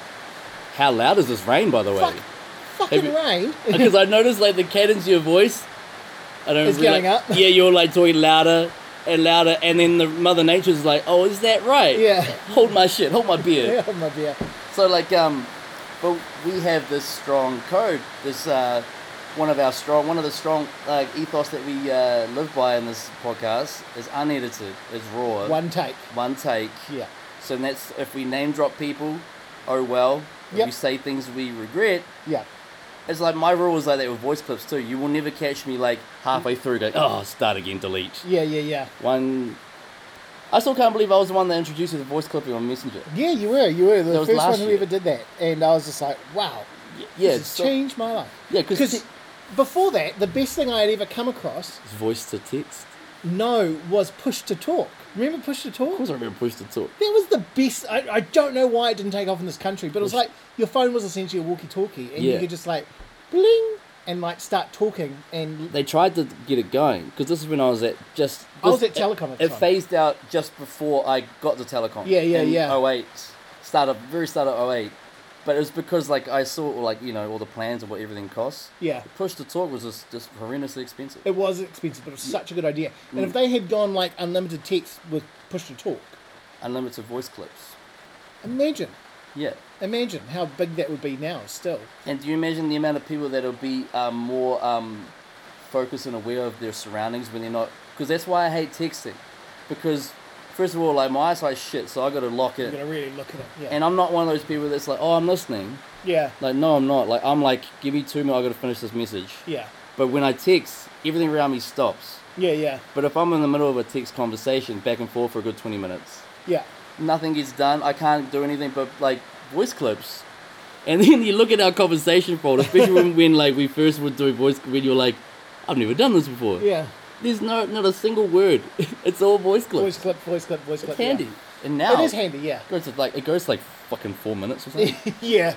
How loud is this rain, by the way? Fuck, fucking you- rain. [LAUGHS] [LAUGHS] Because I noticed like the cadence of your voice. I don't. It's really- going up. Yeah, you're like talking louder and louder, and then the Mother Nature's like, "Oh, is that right? Yeah. [LAUGHS] Hold my shit. Hold my beer. yeah, my beer. So like um, but we have this strong code, this uh, one of our strong, one of the strong like ethos that we uh, live by in this podcast is unedited, is raw, One take. one take. Yeah. So that's if we name drop people, oh well. If Yep. we say things we regret, Yeah. it's like my rule is like that with voice clips too. You will never catch me like halfway through going, oh, start again, delete. Yeah, yeah, yeah. One. I still can't believe I was the one that introduced you to voice clipping on Messenger. Yeah, you were. You were the That was first last one who year. ever did that. And I was just like, wow. Yeah, this has it's so- changed my life. Yeah, 'cause- Because before that, the best thing I had ever come across, It's voice to text. no, was push to talk. Remember push to talk? Of course, I remember push to talk. That was the best. I, I don't know why it didn't take off in this country, but it was Push- like your phone was essentially a walkie talkie. And you Yeah. could just like, bling, and like start talking. And They tried to get it going because this is when I was at just. I was this- at Telecom at It, the it time. phased out just before I got to Telecom. Yeah, yeah, in yeah. 08, start of very start of 08. But it was because like I saw like you know all the plans and what everything costs. Yeah. Push to talk was just just horrendously expensive. It was expensive, but it was such a good idea. And Mm. if they had gone like unlimited text with push to talk, Unlimited voice clips. imagine, Yeah. imagine how big that would be now. Still, And do you imagine the amount of people that'll be um, more um, focused and aware of their surroundings when they're not? Because that's why I hate texting. Because first of all, like my eyesight's shit, so I got to lock you're it. gonna really look at it. Yeah, And I'm not one of those people that's like, oh, I'm listening. yeah, Like, no, I'm not. Like, I'm like, give me two minutes. I got to finish this message. yeah, But when I text, everything around me stops. yeah, yeah, But if I'm in the middle of a text conversation, back and forth for a good 20 minutes, yeah. nothing gets done. I can't do anything but like voice clips. And [LAUGHS] then you look at our conversation folder, especially when, when like we first would do voice when you're like, I've never done this before. Yeah. There's no not a single word. [LAUGHS] it's all voice clips. Voice clip, voice clip, voice clip. It's handy. yeah. And now It is handy, yeah. [LAUGHS] It goes to like it goes to, like fucking four minutes or something. yeah.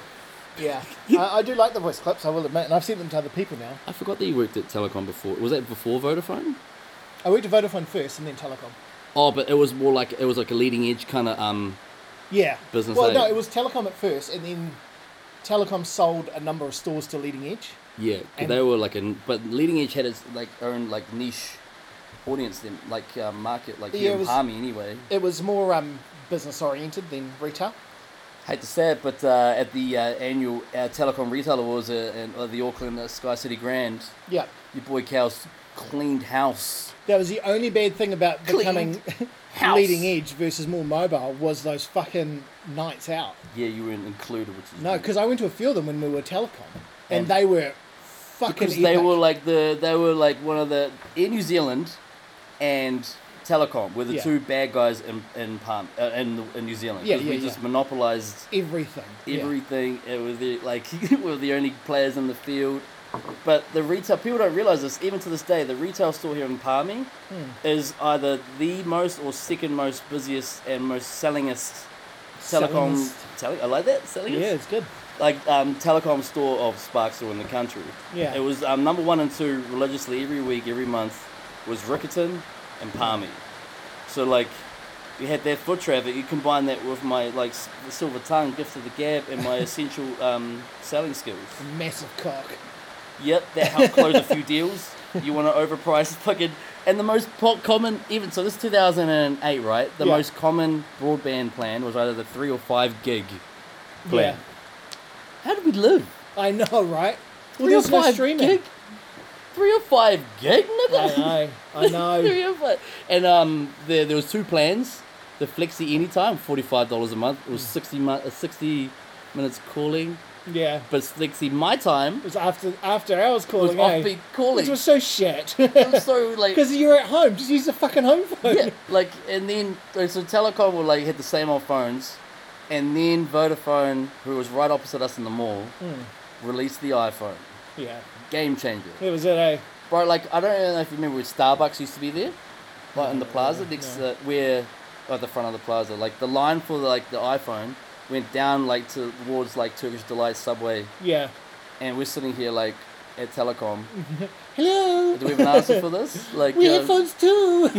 Yeah. I, I do like the voice clips, I will admit, and I've sent them to other people now. I forgot that you worked at Telecom before. Was that before Vodafone? I worked at Vodafone first and then Telecom. Oh, but it was more like it was like a leading edge kind of um. Yeah. Business Well, no, aid. it was Telecom at first, and then Telecom sold a number of stores to Leading Edge. Yeah, 'cause And- they were like an but leading edge had its like own like niche audience, then like uh, market like Yeah, here it in was- Palmy anyway. It was more um, business oriented than retail. hate to say it, but uh, at the uh, annual uh, Telecom Retail Awards uh, in uh, the Auckland uh, Sky City Grand, Yeah. your boy Cal's cleaned house. That was the only bad thing about Clean becoming [LAUGHS] house. leading edge versus more mobile was those fucking nights out. Yeah, you weren't included, which is No, weird. because I went to a few of them when we were telecom, and And- they were fucking. Um, because they epic. were like the they were like one of the in New Zealand and Telecom were the Yeah. two bad guys in in Palm uh, in, the- in New Zealand Yeah, because we yeah, just yeah. monopolized everything. yeah. everything. It was the, like [LAUGHS] we were the only players in the field. But the retail people don't realize this even to this day. The retail store here in Palmy Hmm. is either the most or second most busiest and most sellingest telecom. Sellingest. Tele, I like that Yeah, sellingest. it's good. Like um, telecom store of Spark store in the country. Yeah. It was um, number one and two religiously every week, every month, was Rickerton and Palmy. So like, you had that foot traffic. You combine that with my like s- silver tongue, gift of the gab, and my essential um, selling skills. Massive cock. Yep, that helped close a few deals. You want to overprice [LAUGHS] fucking and the most po- common even so this 2008 right the Yeah. most common broadband plan was either the three or five gig plan. How did we live? Yeah. I know, right? Well, Three or there's no five streaming. gig. Three or five gig, nigga. I know. [LAUGHS] I know. Three or five. And um, there there was two plans. The flexi anytime, forty five dollars a month. It was sixty mu- uh, sixty minutes calling, yeah. but flexi my time It was after after hours was calling. eh? offbeat calling. [LAUGHS] Which was so shit. [LAUGHS] It was so like Because you're at home, just use the fucking home phone. yeah, like and then like, so telecom will like hit the same old phones, and then Vodafone, who was right opposite us in the mall, released the iPhone. Hmm. Yeah. Game changer. It was it, eh? Bro, like I don't know if you remember where Starbucks used to be there, like in the plaza next uh, where, at the front of the plaza, like the line for like the iPhone went down like towards like Turkish delight subway, Yeah. and we're sitting here like at Telecom. Hello. Do we have an answer for [LAUGHS] this? Like We uh, have phones too. [LAUGHS]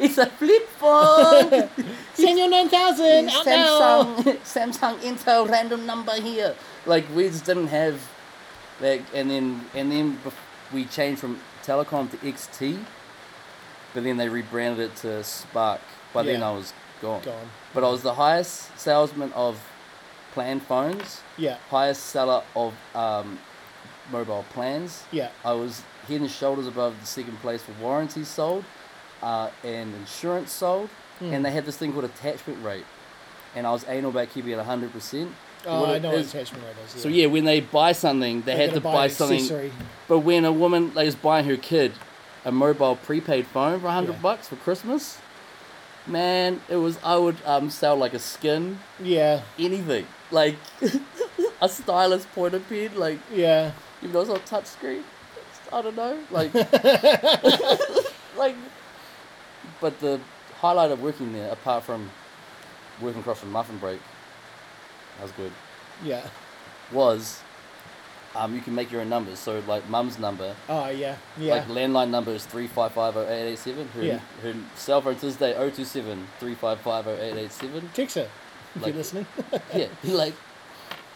it's a flip [LAUGHS] phone. Send your 9000 out [LAUGHS] now. Samsung, Samsung, Intel, random number here. Like we just didn't have, like, and then and then bef- we changed from Telecom to XT, but then they rebranded it to Spark. By then Yeah. I was gone. Gone. But I was the highest salesman of plan phones, Yeah. highest seller of um, mobile plans. Yeah. I was head and shoulders above the second place for warranties sold uh, and insurance sold. Hmm. And they had this thing called attachment rate. And I was anal about keeping it 100%. Oh, What I it know what is- attachment rate is. So, yeah, when they buy something, they They're had gonna to buy, an something. accessory. But when a woman like, is buying her kid a mobile prepaid phone for 100 Yeah. bucks for Christmas, man, it was, I would um, sell like a skin, Yeah. anything. Like [LAUGHS] a stylus pointer pen, like Yeah. even though it's not touch screen. It's, I don't know, [LAUGHS] like, like. But the highlight of working there, apart from working across from muffin break, that was good. Yeah. Was, um, you can make your own numbers. So like mum's number, Oh, yeah. Yeah. like landline number is three five five oh eight eight seven. Her, Yeah. her cell phone oh to this day 027 355 0887. Texter, if Like- you're listening. [LAUGHS] Yeah, like,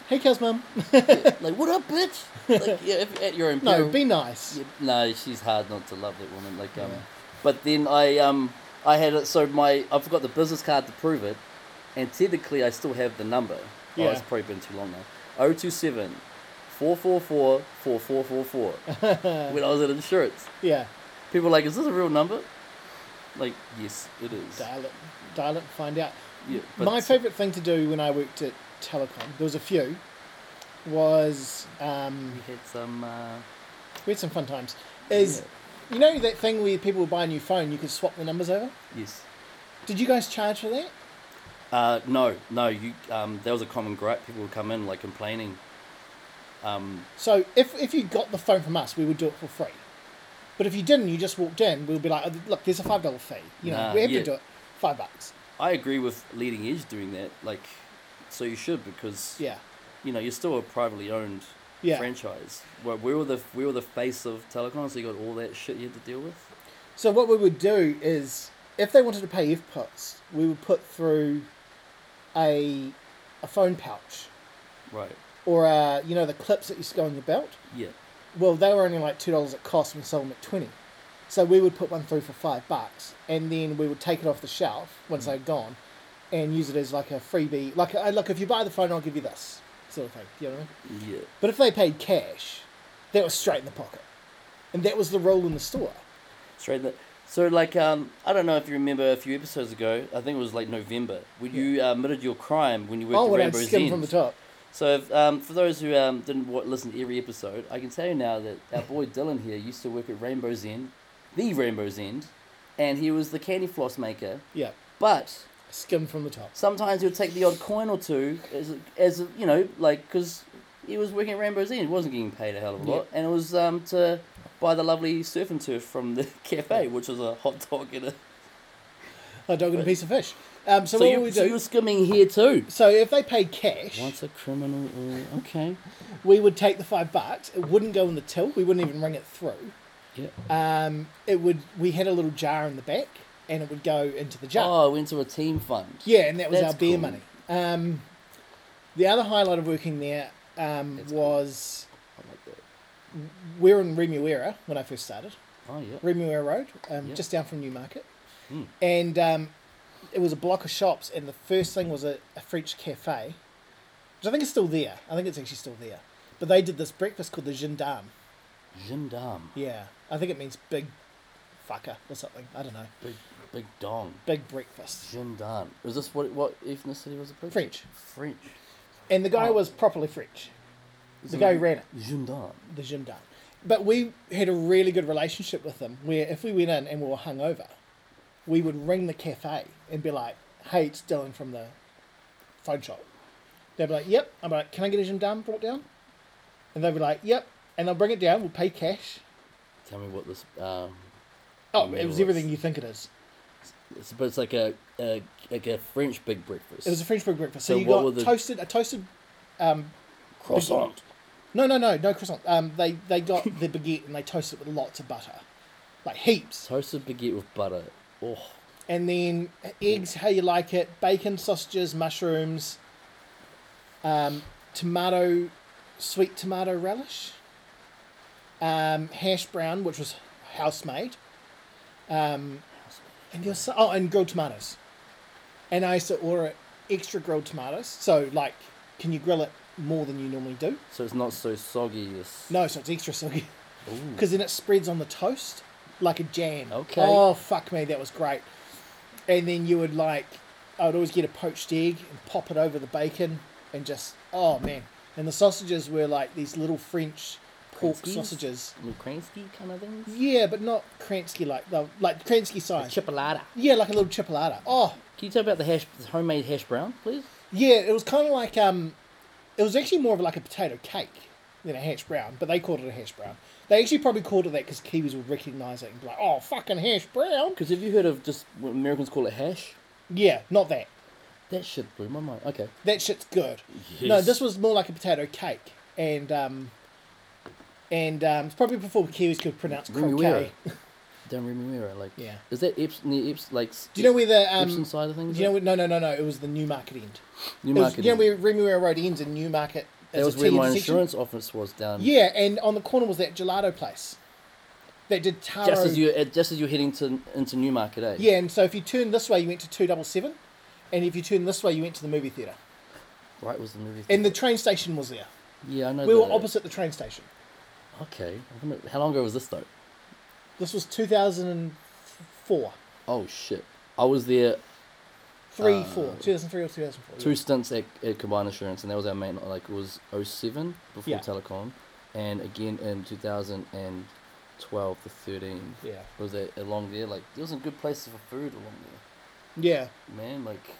hey, Kel's mum. like what up, [LAUGHS] bitch? Like, yeah, if, at your own No, be nice. Yeah, no, she's hard not to love that woman. Like, um, but then I um, I had it. So my I've got the business card to prove it, and technically I still have the number. Oh, it's Yeah. probably been too long now. 027 444 [LAUGHS] 4444 When I was at insurance, Yeah. people were like, "Is this a real number?" Like, yes, it is. Dial it. Dial it. Find out. Yeah, but My it's- favourite thing to do when I worked at Telecom, there was a few, was um, We had some. Uh, we had some fun times. Is you know that thing where people would buy a new phone, you could swap the numbers over. yes. Did you guys charge for that? Uh, no, no. You. Um, that was a common gripe. People would come in like complaining. Um, So if if you got the phone from us, we would do it for free. But if you didn't, you just walked in, we'll be like, oh, look, there's a five dollar fee. You know, Nah, we have yeah. to do it, five bucks. I agree with leading edge doing that. Like, so you should because Yeah, you know you're still a privately owned Yeah. franchise. Well, we were the we were the face of telecom, so you got all that shit you had to deal with. So what we would do is, if they wanted to pay FPOTS, we would put through a a phone pouch Right. or a, you know the clips that used to go on your belt. Yeah. Well, they were only like two dollars at cost and sold them at twenty. So we would put one through for five bucks, and then we would take it off the shelf once they'd gone, and use it as like a freebie. Like, uh, look, if you buy the phone, I'll give you this sort of thing. You know what I mean? Yeah. But if they paid cash, that was straight in the pocket, and that was the rule in the store. Straight that. So like um, I don't know if you remember a few episodes ago. I think it was like November when you uh, admitted your crime when you worked Oh, at when I Rambo's skimmed from the Ends. top. So if, um, for those who um, didn't wa listen to every episode, I can tell you now that our boy Dylan here used to work at Rainbow's End, the Rainbow's End, and he was the candy floss maker. Yeah, But skimmed from the top. sometimes he'll take the odd coin or two as a, as a, you know like because he was working at Rainbow's End, he wasn't getting paid a hell of a Yeah. lot, and it was um, to buy the lovely surf and turf from the [LAUGHS] cafe, which was a hot dog and a A dog and a piece of fish. Um, so, So, what you, we so do? you're skimming here too. So if they paid cash, Once a criminal, uh, [LAUGHS] okay. we would take the five bucks. It wouldn't go in the till. We wouldn't even ring it through. Yeah. Um, it would. We had a little jar in the back, and it would go into the jar. Oh, I went to a team fund. Yeah, and that was That's our beer cool. money. Um, the other highlight of working there um, That's cool. was I like that. we were in Remuera when I first started, Oh yeah. Remuera Road, um, Yeah. just down from Newmarket, Mm. and um, it was a block of shops. And the first thing was a, a French cafe, which I think is still there. I think it's actually still there, but they did this breakfast called the Gendarme. Gendarme. Yeah, I think it means big fucker or something. I don't know. Big, big dong. Big breakfast. Gendarme. Was this what? What ethnicity was it? British? French. French. And the guy Oh. was properly French. The guy who ran it, Gendarme. the gym down. But we had a really good relationship with them where if we went in and we were hungover, we would ring the cafe and be like, hey, it's Dylan from the phone shop. They'd be like, yep. I'm like, can I get a gym down brought down? And they'd be like, yep. And they'll bring it down, we'll pay cash. Tell me what this. Um, Oh, Remember it was what's- everything you think it is. it's, but it's like a, a like a French big breakfast. It was a French bread breakfast. So, So you what got were the- toasted, a toasted croissant. No, no, no, no croissant. Um, they they got the baguette and they toasted it with lots of butter, like heaps, Toasted baguette with butter. Oh, and then eggs how you like it, bacon, sausages, mushrooms, um, tomato, sweet tomato relish, um, hash brown which was house made, um, and there was so- oh and grilled tomatoes, and I used to order extra grilled tomatoes. So like, can you grill it more than you normally do? so it's not so soggy. This. No, so it's extra soggy. Ooh. because then it spreads on the toast like a jam. Okay. Oh fuck me, that was great. And then you would like, I would always get a poached egg and pop it over the bacon and just oh man. And the sausages were like these little French pork Kranskis? sausages. Ukrainsky kind of things. Yeah, but not Kransky like they were- like Kransky size. Chipolata. yeah, like a little chipolata. Oh Can you tell about the hash, the homemade hash brown, please? yeah, it was kind of like um, it was actually more of like a potato cake than a hash brown, but they called it a hash brown. They actually probably called it that because Kiwis would recognise it and be like, oh fucking hash brown. Because have you heard of just what Americans call it hash? Yeah, not that. That shit blew my mind. Okay. That shit's good. No, Yes. this was more like a potato cake, and um, and um, it's probably before Kiwis could pronounce Remuera. croquet. Down Remuera, like. Yeah. Is that Eps near Eps like? Do you know where the Epsom um? side of things? Do you know where, no no no no? It was the Newmarket end. New It was- Market. you know where Remuera Road ends and Newmarket. that is was a where T my intersection? insurance office was down. Yeah, and on the corner was that gelato place. That did taro. Just as you, uh, just as you're heading to into Newmarket, eh? Yeah, and so if you turn this way, you went to two double seven, and if you turn this way, you went to the movie theater. Right was the movie. theatre. And the train station was there. yeah, I know. We were that. opposite the train station. Okay. I wonder- How long ago was this though? This was two thousand and four. Oh shit! I was there Three, four. 2003 or 2004. Uh, two stints at, at Combined Insurance, and that was our main. Like it was 07 before Yeah. telecom, and again in 2012 to 13. Yeah. was that along there. Like there was some good places for food along there, Yeah. man. Like,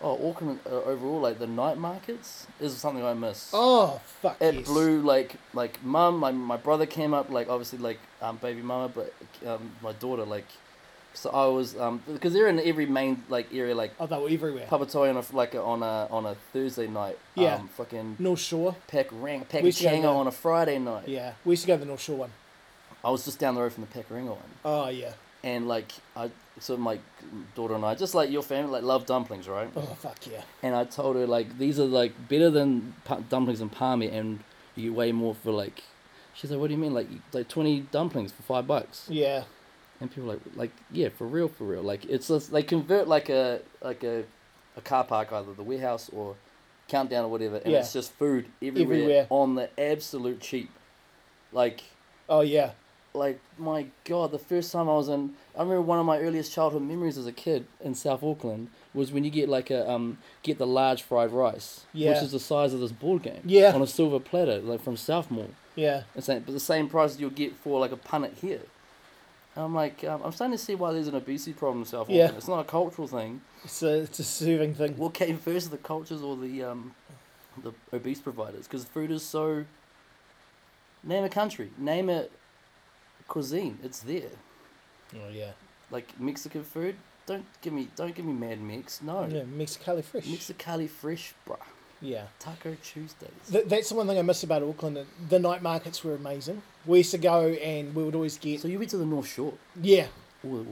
oh Auckland uh, overall, like the night markets is something I miss. Oh, fuck It yes. blew like like mum, my my brother came up like obviously like um baby mama, but um my daughter like, so I was um because they're in every main like area like Oh, they were everywhere. Papatoe on a like a, on a on a Thursday night. Yeah. Um, fucking North Shore. Pack Rang Pack We used to go Chango down- on a Friday night. Yeah. We used to go to the North Shore one. I was just down the road from the Pack Rang one. Oh, yeah. and like I, so my daughter and I, just like your family, like love dumplings, right? Oh, fuck yeah. And I told her like these are like better than pa- dumplings in Palmy, and you get way more for like. She's like, what do you mean? Like like twenty dumplings for five bucks, Yeah. and people are like like yeah, for real, for real. Like it's just, they convert like a like a a car park, either the warehouse or countdown or whatever, and Yeah. it's just food everywhere, Everywhere. on the absolute cheap. Like, Oh yeah. like my god, the first time I was in, I remember one of my earliest childhood memories as a kid in South Auckland was when you get like a um get the large fried rice, Yeah. which is the size of this board game, Yeah. on a silver platter, like from Southmore. Yeah. It's like- but the same price you'll get for like a punnet here. And I'm like, um, I'm starting to see why there's an obesity problem in South Auckland. Yeah. It's not a cultural thing. It's a it's a serving thing. What came first, the cultures or the um, the obese providers? Because food is so. Name a country, name a cuisine. It's there. Oh yeah. Like Mexican food. Don't give me, don't give me Mad Mex. No, Yeah, Mexicali fresh. Mexicali fresh, bruh. yeah. Taco Tuesdays. Th- that's the one thing I miss about Auckland. that The night markets were amazing. We used to go and we would always get so you went to the North Shore. yeah. Ooh, ooh,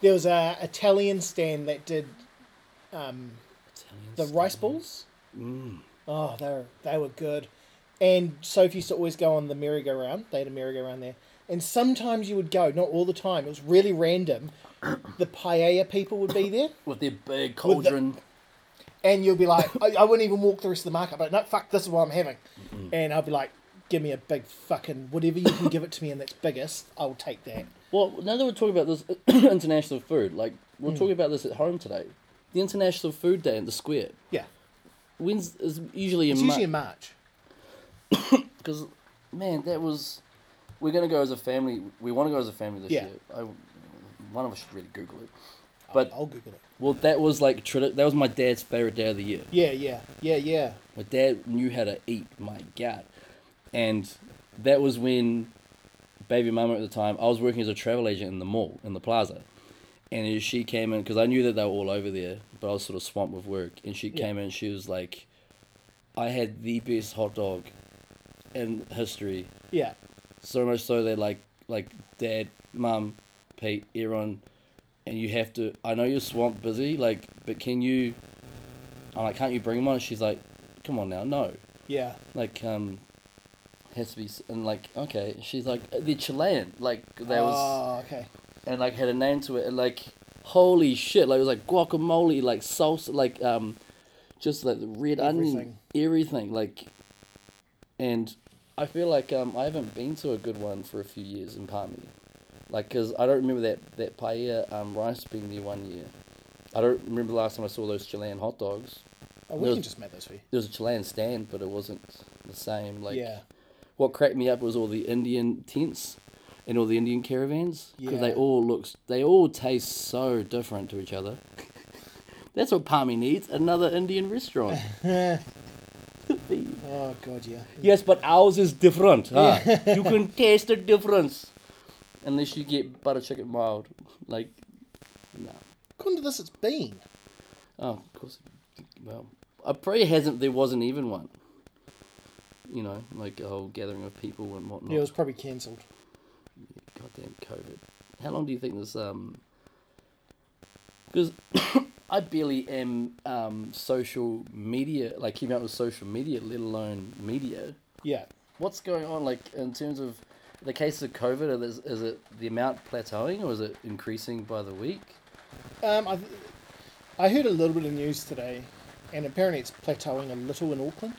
There was a Italian stand that did um, Italian the style. rice balls. Mm. Oh, they were they were good. And Sophie used to always go on the merry-go-round. They had a merry-go-round there. And sometimes you would go, not all the time. It was really random. [COUGHS] The paella people would be there, With their big With the- cauldron. and you'd be like, I, I wouldn't even walk the rest of the market. But no, fuck, this is what I'm having. Mm-hmm. And I'd be like, give me a big fucking whatever you can give it to me, and that's biggest. I'll take that. Well, now that we're talking about this [COUGHS] international food, like we're Hmm. talking about this at home today, the International Food Day in the square. Yeah, When's is usually it's in March. usually in March. Because man, that was we're gonna go as a family. We want to go as a family this Yeah. year. I, one of us should really Google it. But I'll Google it. well, that was like tradi- that was my dad's favorite day of the year. Yeah, yeah, yeah, yeah. My dad knew how to eat. My God, and that was when baby mama at the time I was working as a travel agent in the mall in the plaza, and she came in because I knew that they were all over there, but I was sort of swamped with work, and she Yeah. came in. She was like, "I had the best hot dog in history." Yeah, so much so that like like dad, mum, Pete, everyone, and you have to. I know you're swamped, busy, like, but can you? I'm like, can't you bring him on? She's like, come on now, no, yeah, like um, has to be s- and like okay. She's like they're Chilean, like that was Oh, okay. and like had a name to it and like holy shit, like it was like guacamole, like salsa, like um, just like the red onion, everything, like, and I feel like um I haven't been to a good one for a few years in Palmy, like because I don't remember that that paella um rice being there one year. I don't remember the last time I saw those Chilean hot dogs. Oh, we There's- can just make those for you. There was a Chilean stand, but it wasn't the same. Like, yeah, what cracked me up was all the Indian tents and all the Indian caravans because Yeah. they all look, they all taste so different to each other. [LAUGHS] That's what Palmy needs another Indian [LAUGHS] restaurant. Oh god, yeah. yes, but ours is different. Huh? you [LAUGHS] can taste the difference. Unless you get butter chicken mild, like, no. According to this, it's been. Oh, of course. Well, I probably hasn't. There wasn't even one. You know, like a whole gathering of people and whatnot. Yeah, it was probably cancelled. goddamn COVID. How long do you think this um? Because [COUGHS] I barely am um social media like keeping up with social media, let alone media. Yeah. What's going on like in terms of the case of COVID? Are this, is it the amount plateauing or is it increasing by the week? Um, I, I heard a little bit of news today, and apparently it's plateauing a little in Auckland,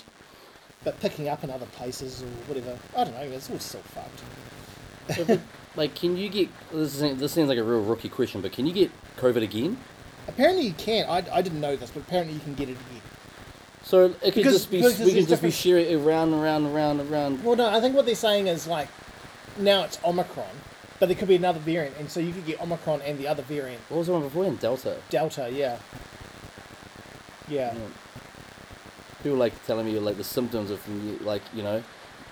but picking up in other places or whatever. I don't know. It's all still fucked. [LAUGHS] Like, can you get this? Is, this seems like a real rookie question, but can you get COVID again? Apparently you can. I, I didn't know this, but apparently you can get it again. So it could Because- just be because we could it's just be different- sharing it around and around and around and around. Well, no, I think what they're saying is like, now it's Omicron, but there could be another variant, and so you could get Omicron and the other variant, What was the one before in Delta? Delta. Yeah. Yeah. Yeah. People like telling me like the symptoms of you- like you know,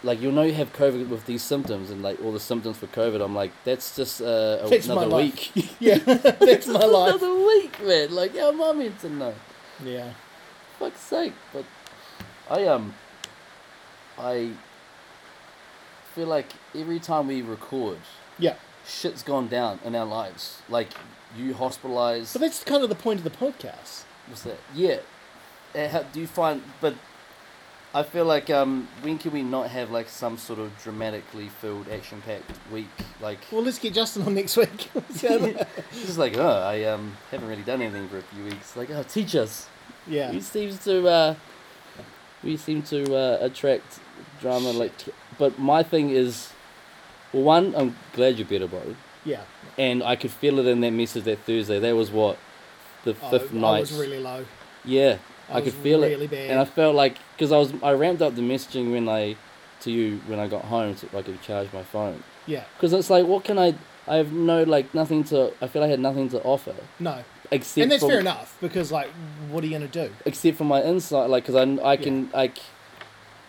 like you'll know you have COVID with these symptoms and like all the symptoms for COVID. I'm like that's just uh, a- That's my another life. week. [LAUGHS] [LAUGHS] Yeah. That's my Just life. Another week, man. Like how am I meant to know? Yeah. Fuck's sake! But I um, I feel like every time we record, Yeah. shit's gone down in our lives. Like you hospitalized. So that's kind of the point of the podcast. What's that? Yeah. Uh, how- do you find? But I feel like um, when can we not have like some sort of dramatically filled, action-packed week? Like Well, [LAUGHS] let's get Justin on next week. [LAUGHS] [LAUGHS] it's just like oh, I um haven't really done anything for a few weeks. Like oh, teach us. Yeah. He seems to uh, we seem to uh, attract drama like. But my thing is, well, one, I'm glad you're better, bro. Yeah. And I could feel it in that message that Thursday. That was what the Oh, fifth I night. was really low. yeah, I I, could was feel really it, bad. and I felt like because I was I ramped up the messaging when I to you when I got home so I could charge my phone. Yeah. Because it's like, what can I? I have no like nothing to. I feel I had nothing to offer No. except and that's for, fair enough because like, what are you gonna do? except for my insight, like because I, I can like,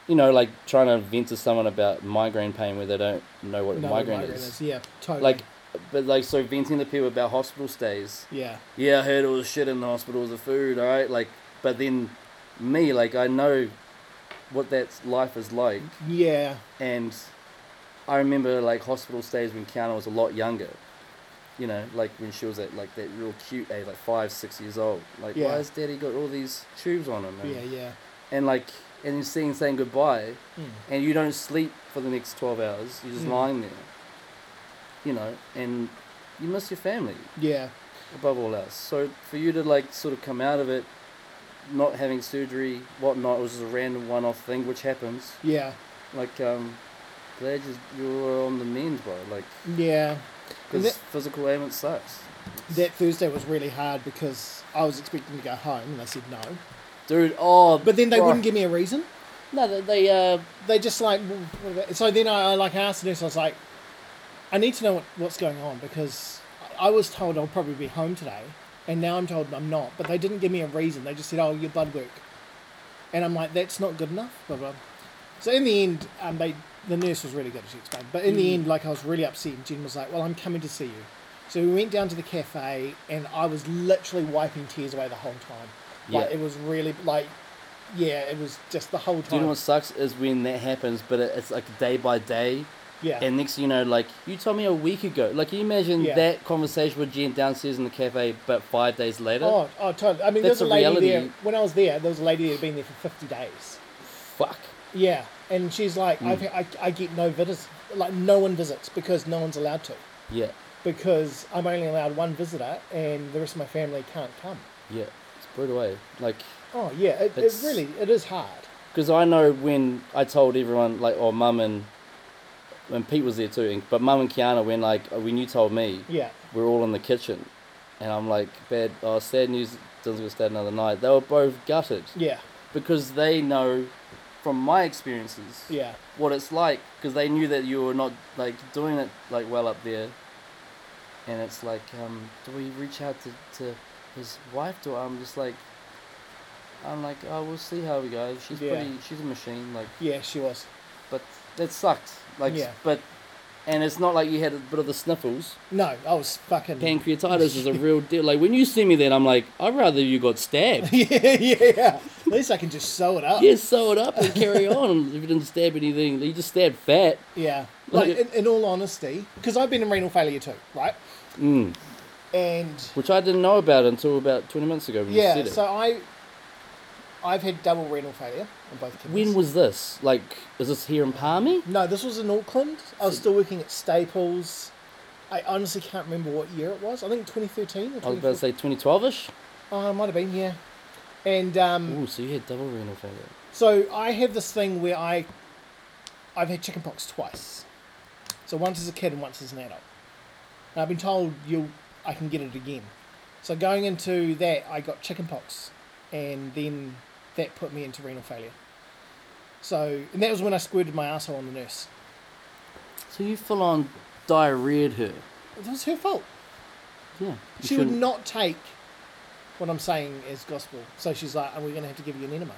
you know, like trying to vent to someone about migraine pain where they don't know what No, migraine, migraine is. Yeah. Totally. Like, but like so venting to people about hospital stays. Yeah. Yeah, I heard all the shit in the hospital, the food, all right. Like, but then me, like I know what that life is like, Yeah. and I remember like hospital stays when Kiana was a lot younger. You know, like when she was at like that real cute age, like five, six years old. Like, Yeah. why has Daddy got all these tubes on him? And- Yeah. Yeah. and like and you're seeing saying goodbye Mm. and you don't sleep for the next 12 hours you're just Mm. lying there you know and you miss your family Yeah. above all else so for you to like sort of come out of it not having surgery whatnot it was just a random one-off thing which happens Yeah. like um glad you- you're on the mend bro like Yeah. because that- physical ailment sucks That Thursday was really hard because I was expecting to go home and they said no. dude oh But then they bro. wouldn't give me a reason. no they, they uh They just like well, what about, so. Then I, I like asked the nurse. I was like, I need to know what, what's going on because I I was told I'll probably be home today, and now I'm told I'm not. But they didn't give me a reason. They just said, "Oh, your blood work," and I'm like, "That's not good enough." Blah blah. So in the end, um, they the nurse was really good. She explained, but in Hmm. the end, like I was really upset. And Jen was like, "Well, I'm coming to see you." So we went down to the cafe, and I was literally wiping tears away the whole time. Like Yeah. it was really like, yeah, it was just the whole time. do you know what sucks is when that happens but it, it's like day by day yeah. And next, thing you know, like you told me a week ago. Like, can you imagine Yeah. that conversation with Jen downstairs in the cafe, but five days later? Oh, oh, totally. I mean, there That's was a a lady reality. there. When I was there, there was a lady that had been there for 50 days. fuck. Yeah. And she's like, Hmm. I've, I, I get no visitors. Like, no one visits because no one's allowed to. Yeah, Because I'm only allowed one visitor and the rest of my family can't come. yeah. It's brutal, eh? Like, Oh, yeah. It, it It's- really, it is hard. because I know when I told everyone, like, or mum and and Pete was there too, and, but mum and Kiana, when like when you told me, Yeah. we're all in the kitchen, and I'm like, bad. Oh, sad news. Doesn't get stay another night. They were both gutted Yeah. because they know, from my experiences, Yeah. what it's like because they knew that you were not like doing it like well up there. And it's like, um, do we reach out to, to his wife? Do I'm just like, I'm like, oh, we'll see how we go. She's Yeah. pretty, she's a machine. Like, Yeah, she was. but that sucked. Like, Yeah. but, and it's not like you had a bit of the sniffles. No, I was fucking. Pancreatitis is a real [LAUGHS] deal. Like when you see me, then I'm like, I'd rather you got stabbed. [LAUGHS] [LAUGHS] yeah, yeah, yeah. At least I can just sew it up. yeah, sew it up and carry on. If you didn't stab anything, you just stabbed fat. Yeah. Like, Like- in, in all honesty, because I've been in renal failure too, right? Mm. And Which I didn't know about until about 20 minutes ago when you Yeah, said it. so I, I've had double renal failure on both kidneys. when was this? Like, is this here in Palmy? No, this was in Auckland. I was still working at Staples. I honestly can't remember what year it was. I think 2013 I or was about to 2014. say 2012 ish. Oh, it might have been, yeah. And um, Ooh, so you had double renal failure. so I had this thing where I, I've had chickenpox twice. So once as a kid and once as an adult. And I've been told you, I can get it again. So going into that, I got chickenpox, and then that put me into renal failure. So and that was when I squirted my asshole on the nurse. So you full on diarrheaed her. It was her fault. Yeah. You she would shouldn't- not take what I'm saying as gospel. So she's like, "Are we going to have to give you an enema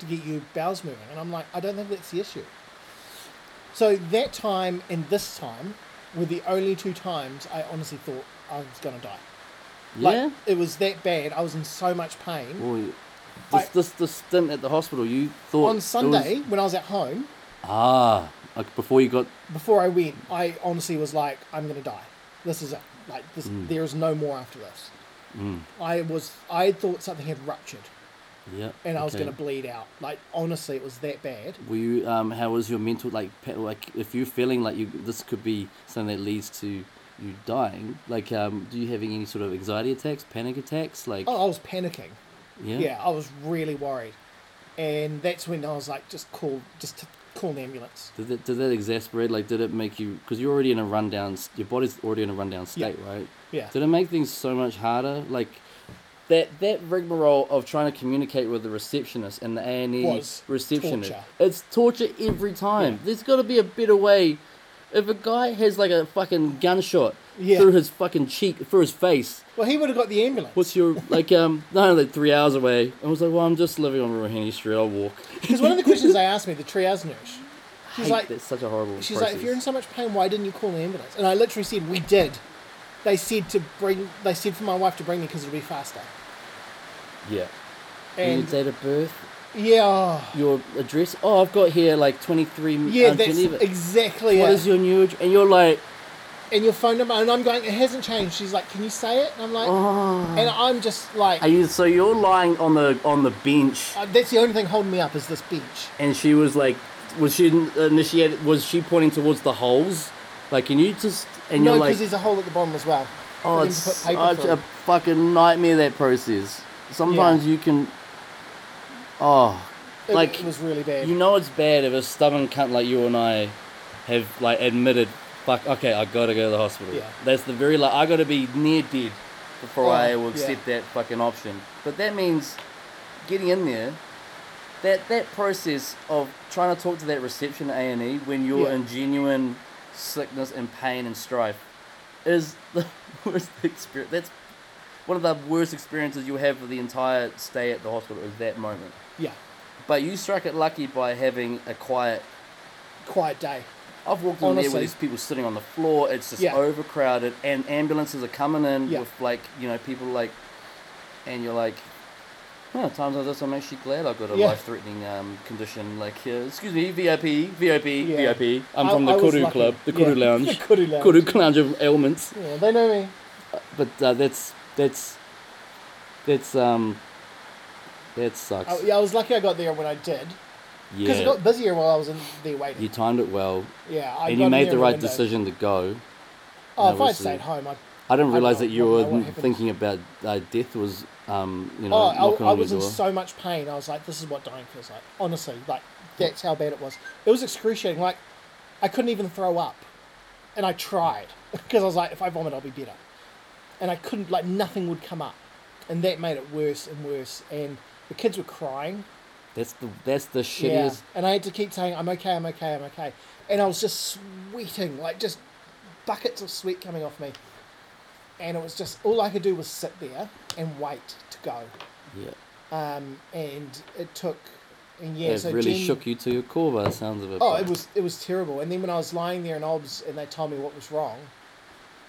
to get your bowels moving?" And I'm like, "I don't think that's the issue." So that time and this time were the only two times I honestly thought I was going to die. Like, Yeah? it was that bad. I was in so much pain. Boy, I- this, this, this stint at the hospital, you thought. it On was- Sunday, when I was at home, ah, like before you got. before I went, I honestly was like, I'm gonna die. This is it. Like this, Mm. there is no more after this. I was, I thought something had ruptured, Yeah. and I was okay. gonna bleed out. Like honestly, it was that bad. Were you, um, how was your mental, like, pe- like if you're feeling like you, this could be something that leads to you dying, like, um, do you having any sort of anxiety attacks, panic attacks? Like, Oh, I Oh, was panicking. Yeah. yeah, I was really worried, and that's when I was like, just call, just t- call an ambulance. Did that, did that exasperate? Like, did it make you? Because you're already in a rundown. s- Your body's already in a rundown state, right? Yeah. Did it make things so much harder? Like, that that rigmarole of trying to communicate with the receptionist and the A and E Was receptionist. torture. It's torture every time. There's got to be a better way. If a guy has like a fucking gunshot Yeah. through his fucking cheek, through his face, Well, he would have got the ambulance. what's your [LAUGHS] like? Um, no, like three hours away. I was like, well, I'm just living on Rohini Street. I'll walk. Because [LAUGHS] one of the questions they asked me, the triage nurse, she's Hate- like, that's such a horrible. she's like, process. if you're in so much pain, why didn't you call an ambulance? And I literally said, we did. They said to bring, they said for my wife to bring me because it'll be faster. yeah, and And your date of birth. yeah, oh, your address. Oh, I've got here like 23 yeah, uh, that's Geneva. exactly What it. is your new address? And you're like, and your phone number, and I'm going, it hasn't changed. She's like, can you say it? And I'm like, oh. and I'm just like, Are you, so you're lying on the on the bench, uh, that's the only thing holding me up is this beach. and she was like, was she initiated? Was she pointing towards the holes? Like, can you just? And no, you're because like, there's a hole at the bottom as well. for oh, them it's to put paper such through. a fucking nightmare that process. Sometimes you can, oh, It- like it was really bad. You know it's bad if a stubborn cunt like you and I have like admitted, fuck, okay, I gotta go to the hospital. Yeah. That's the very like I gotta be near dead before Oh, I will yeah. accept that fucking option. But that means getting in there. That that process of trying to talk to that reception A and E when you're Yeah. in genuine sickness and pain and strife is [LAUGHS] the worst experience. That's one of the worst experiences you'll have for the entire stay at the hospital is that moment. yeah, But you struck it lucky by having a quiet. quiet day. I've walked in there Honestly. with these people sitting on the floor. It's just Yeah. overcrowded, and ambulances are coming in Yeah. with like you know people like, and you're like, oh, times like this, I'm actually glad I've got a Yeah. life-threating um, condition. Like, uh, excuse me, VIP, VIP, Yeah. VIP. I'm I- from the I was Kuru lucky. Club, the Yeah. [LAUGHS] Kuru Lounge, The Kuru [LAUGHS] Lounge. Kuru Lounge of ailments. Yeah, they know me. But uh, that's that's that's um that sucks. I, Oh, yeah, I was lucky I got there when I did. Because yeah, it got busier while I was in there waiting. you timed it well, yeah, I and got you in made there the in right window. decision to go. Oh, No, if we'll I see. stayed home, I'd, I didn't I realize don't that know. you What- were what n- happened? thinking about uh, death was, um, you know, oh, knocking I, I on was your in door. so much pain. I was like, this is what dying feels like. Honestly, like that's how bad it was. It was excruciating. Like I couldn't even throw up, and I tried [LAUGHS] because I was like, if I vomit, I'll be better. And I couldn't. Like nothing would come up, and that made it worse and worse. And the kids were crying. that's the that's the Yeah. shittiest. And I had to keep saying, I'm okay, I'm okay, I'm okay. And I was just sweating, like just buckets of sweat coming off me. And it was just, all I could do was sit there and wait to go. Yeah, Um, and it took, and yeah, it so really Jen- shook you to your core by the sounds of it. Oh, but- it was it was terrible. And then when I was lying there in OBS and they told me what was wrong,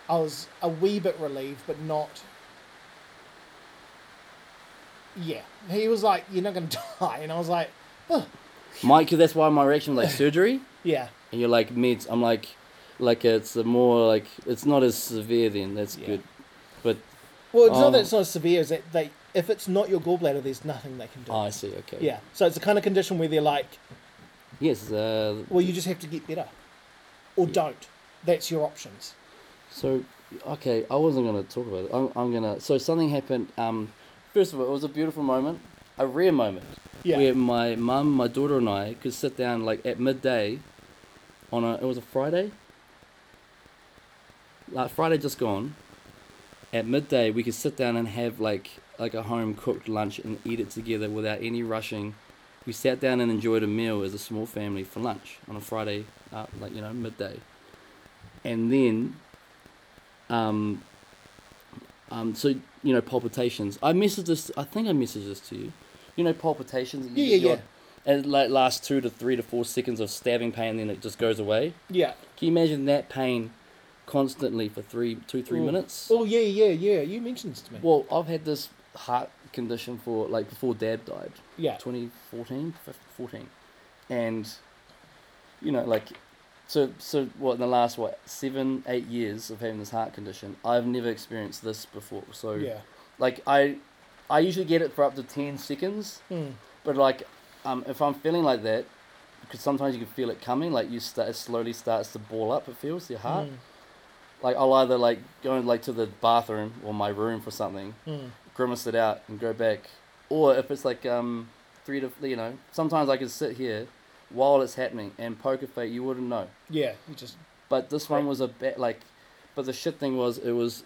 I was a wee bit relieved, but not. Yeah, he was like, "You're not going to [LAUGHS] die," and I was like, "Ugh." Mike. That's why my reaction [LAUGHS] was like surgery, "Yeah, and you're like meds. I'm like, like it's a more like it's not as severe. Then that's Yeah. good, but Well, it's not Um, that it's not as severe as that they. If it's not your gallbladder, there's nothing they can do. oh, I see. Okay. yeah, so it's the kind of condition where they're like, Yes. Uh, well, you just have to get better, or don't. That's your options. So, okay, I wasn't going to talk about it. I'm, I'm going to. So, something happened. Um, first of all, it was a beautiful moment, a rare moment, Yeah. where my mum, my daughter, and I could sit down like at midday on a. It was a Friday? Like, Friday just gone. At midday, we could sit down and have like like a home cooked lunch and eat it together without any rushing. We sat down and enjoyed a meal as a small family for lunch on a Friday, uh, like you know midday, and then um, um, so you know palpitations. I messaged this. I think I messaged this to you. You know palpitations. that you Yeah, get yeah, your- And it like lasts two to three to four seconds of stabbing pain, then it just goes away. Yeah. Can you imagine that pain constantly for three, two, three Mm. minutes? Oh yeah, yeah, yeah. You mentioned this to me. Well, I've had this heart condition for like before Dad died. yeah. 2014, 14. And, you know, like, so, so what, in the last, what, seven, eight years of having this heart condition, I've never experienced this before. So, Yeah. like, I, I usually get it for up to 10 seconds, Mm. but, like, um, if I'm feeling like that, because sometimes you can feel it coming, like, you start, it slowly starts to ball up, it feels, your heart. Mm. Like, I'll either, like, go, like, to the bathroom or my room for something, Mm. grimace it out, and go back or if it's like um three to you know sometimes I can sit here while it's happening and poker fate you wouldn't know. Yeah, you just But this one was a bit like, but the shit thing was it was,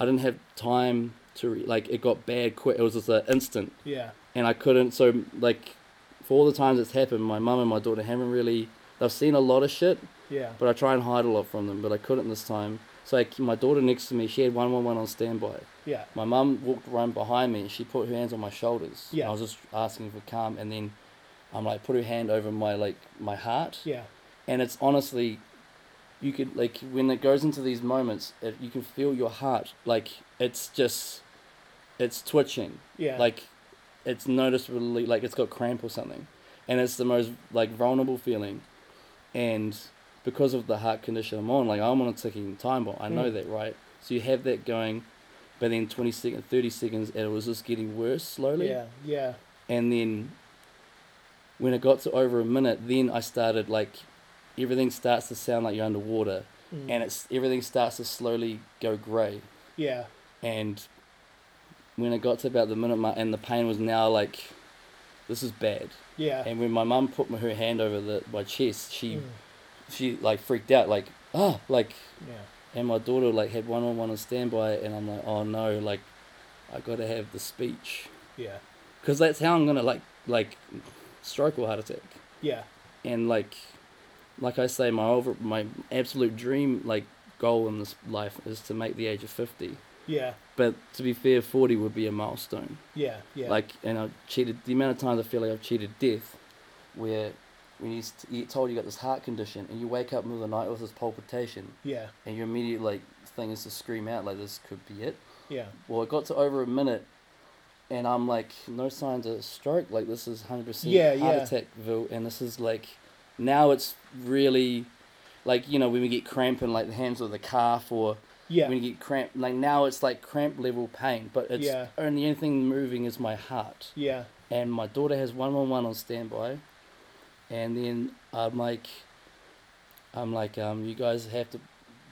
I didn't have time to re- like it got bad quick. It was just an instant, yeah, and I couldn't. So like, for all the times it's happened, my mum and my daughter haven't really. They've seen a lot of shit, yeah. but I try and hide a lot from them. But I couldn't this time. So like, my daughter next to me, she had one one one on standby. Yeah. My mum walked around behind me and she put her hands on my shoulders. Yeah. I was just asking for calm, and then I'm like, put her hand over my like my heart Yeah. and it's honestly you could like when it goes into these moments it, you can feel your heart like it's just it's twitching Yeah. like it's noticeably like it's got cramp or something and it's the most like vulnerable feeling and because of the heart condition i'm on like i'm on a ticking time bomb i know Mm. that right so you have that going but then 20 seconds 30 seconds and it was just getting worse slowly yeah, yeah, and then when it got to over a minute then i started like everything starts to sound like you're underwater Mm. and it's everything starts to slowly go grey yeah, and when it got to about the minute mark and the pain was now like this is bad yeah, and when my mum put my- her hand over the, my chest she Ah. Mm. she like freaked out like ah like yeah, and my daughter like had one on one on standby and i'm like oh no like i gotta have the speech yeah, because that's how I'm gonna like like stroke or heart attack. yeah, And like like I say, my over my absolute dream like goal in this life is to make the age of fifty. yeah, But to be fair, forty would be a milestone. yeah, yeah. Like, and I cheated. The amount of times I feel like I've cheated death, where when you s- you get told you got this heart condition and you wake up in the middle of the night with this palpitation yeah, and your immediate like thing is to scream out like this could be it. yeah, Well, it got to over a minute, and I'm like, no signs of stroke. Like this is hundred percent Yeah, heart yeah. attack, Vil, and this is like, now it's really, like you know when we get cramp in like the hands or the calf or yeah, when you get cramp, like now it's like cramp level pain, but it's Yeah. only anything moving is my heart yeah, and my daughter has one one one on standby, and then I'm like, I'm like, um, you guys have to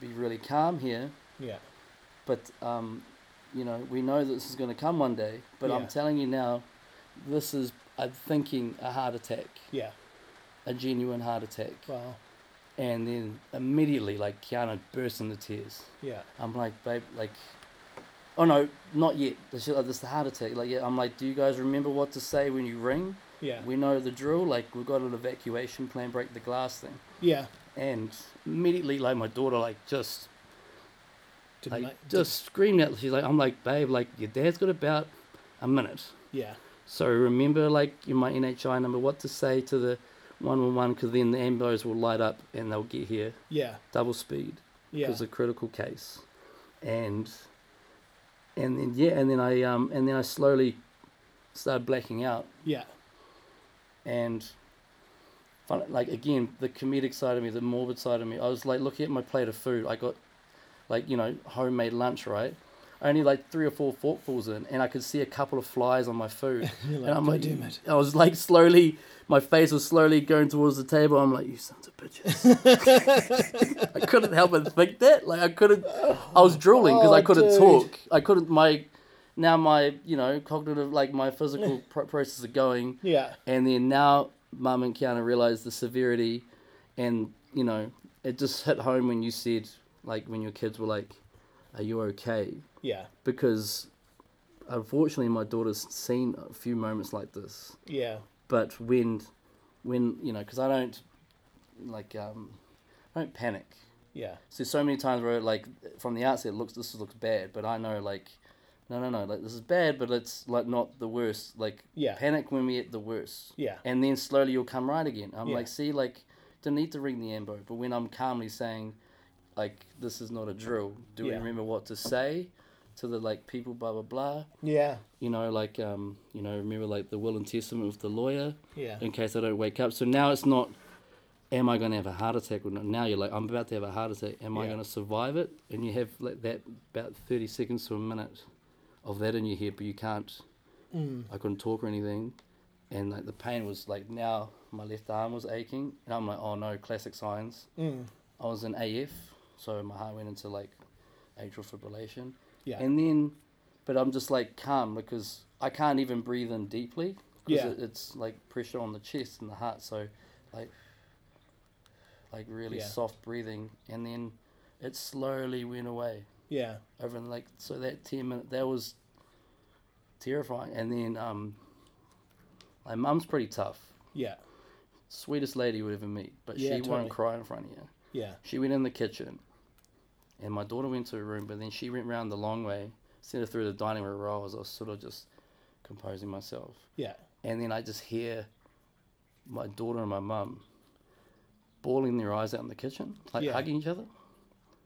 be really calm here yeah, but um, you know we know that this is going to come one day but i'm Yeah. telling you now this is i'm thinking a heart attack yeah. a genuine heart attack Wow. and then immediately like kiana burst into tears Yeah, i'm like babe like oh no not yet this is, this is the heart attack like yeah i'm like do you guys remember what to say when you ring yeah, we know the drill like we've got an evacuation plan break the glass thing yeah. and immediately like my daughter like just Didn't like, like- just screamed out. She's like, I'm like, babe, like your dad's got about a minute. yeah, So remember, like in my NHI number, what to say to the one one one, because then the ambos will light up and they'll get here yeah, double speed yeah, because a critical case, and and then yeah, and then I um and then I slowly started blacking out yeah, and fun, like again the comedic side of me the morbid side of me i was like looking at my plate of food i got like you know homemade lunch right I only like three or four forkfuls in and i could see a couple of flies on my food [LAUGHS] You're and like, i'm "God like damn it." i was like slowly my face was slowly going towards the table i'm like you sons of bitches [LAUGHS] [LAUGHS] i couldn't help but think that like i couldn't i was drooling because i Oh, couldn't dude. talk i couldn't my now my you know cognitive like my physical pro- processes are going yeah, and then now mum and Kiana realised the severity and you know it just hit home when you said like when your kids were like are you okay yeah, because unfortunately my daughter's seen a few moments like this yeah, but when when you know because I don't like um I don't panic yeah, so so many times where like from the outset it looks this looks bad but I know like no no no like this is bad but it's like not the worst like Yeah. panic when we at the worst yeah, and then slowly you'll come right again. I'm Yeah. like, see, like, don't need to ring the ambo, but when I'm calmly saying, like, this is not a drill. Do we Yeah. remember what to say to the like people, blah blah blah? yeah, You know, like, um, you know, remember like the will and testament with the lawyer yeah, in case I don't wake up. So now it's not, am I going to have a heart attack or not? Now you're like, I'm about to have a heart attack. Am I Yeah. going to survive it? And you have like that about thirty seconds to a minute of that in your head, but you can't. mm, I couldn't talk or anything, and like the pain was like now my left arm was aching, and I'm like, oh no, classic signs. mm, I was in AF, so my heart went into like atrial fibrillation, yeah, and then, but I'm just like calm because I can't even breathe in deeply because Yeah. it, it's like pressure on the chest and the heart. So, like, like really Yeah. soft breathing, and then it slowly went away Yeah. over in like so that 10 minute that was terrifying and then um my mum's pretty tough Yeah. sweetest lady you would ever meet but Yeah, she totally. won't cry in front of you Yeah. she went in the kitchen and my daughter went to her room but then she went round the long way sent her through the dining room where i was i was sort of just composing myself Yeah. and then i just hear my daughter and my mum bawling their eyes out in the kitchen like Yeah. hugging each other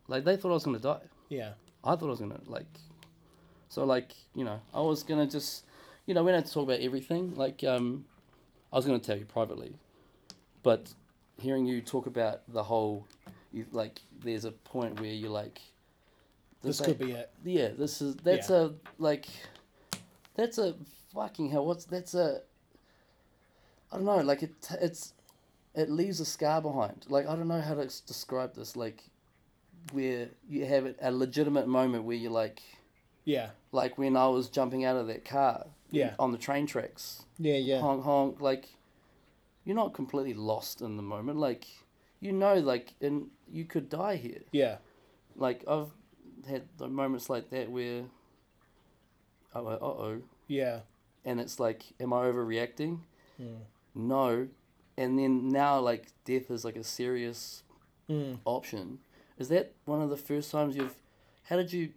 like they thought i was going to die Yeah. I thought I was gonna like, so like you know I was gonna just, you know we don't have to talk about everything. Like um, I was gonna tell you privately, but hearing you talk about the whole, you, like there's a point where you're like, This like- could be it. yeah, this is that's Yeah. a like, that's a fucking hell. What's that's a. I don't know. Like it, it's, it leaves a scar behind. Like I don't know how to s- describe this. Like, where you have it- a legitimate moment where you're like, Yeah. like when I was jumping out of that car. Yeah. On the train tracks. Yeah. Yeah. Hong Kong, like, you're not completely lost in the moment. Like, you know, like, and you could die here Yeah. like I've had the moments like that where I went, uh oh, Yeah. and it's like, am I overreacting? Mm. No, and then now like death is like a serious Mm. option. Is that one of the first times you've? How did you?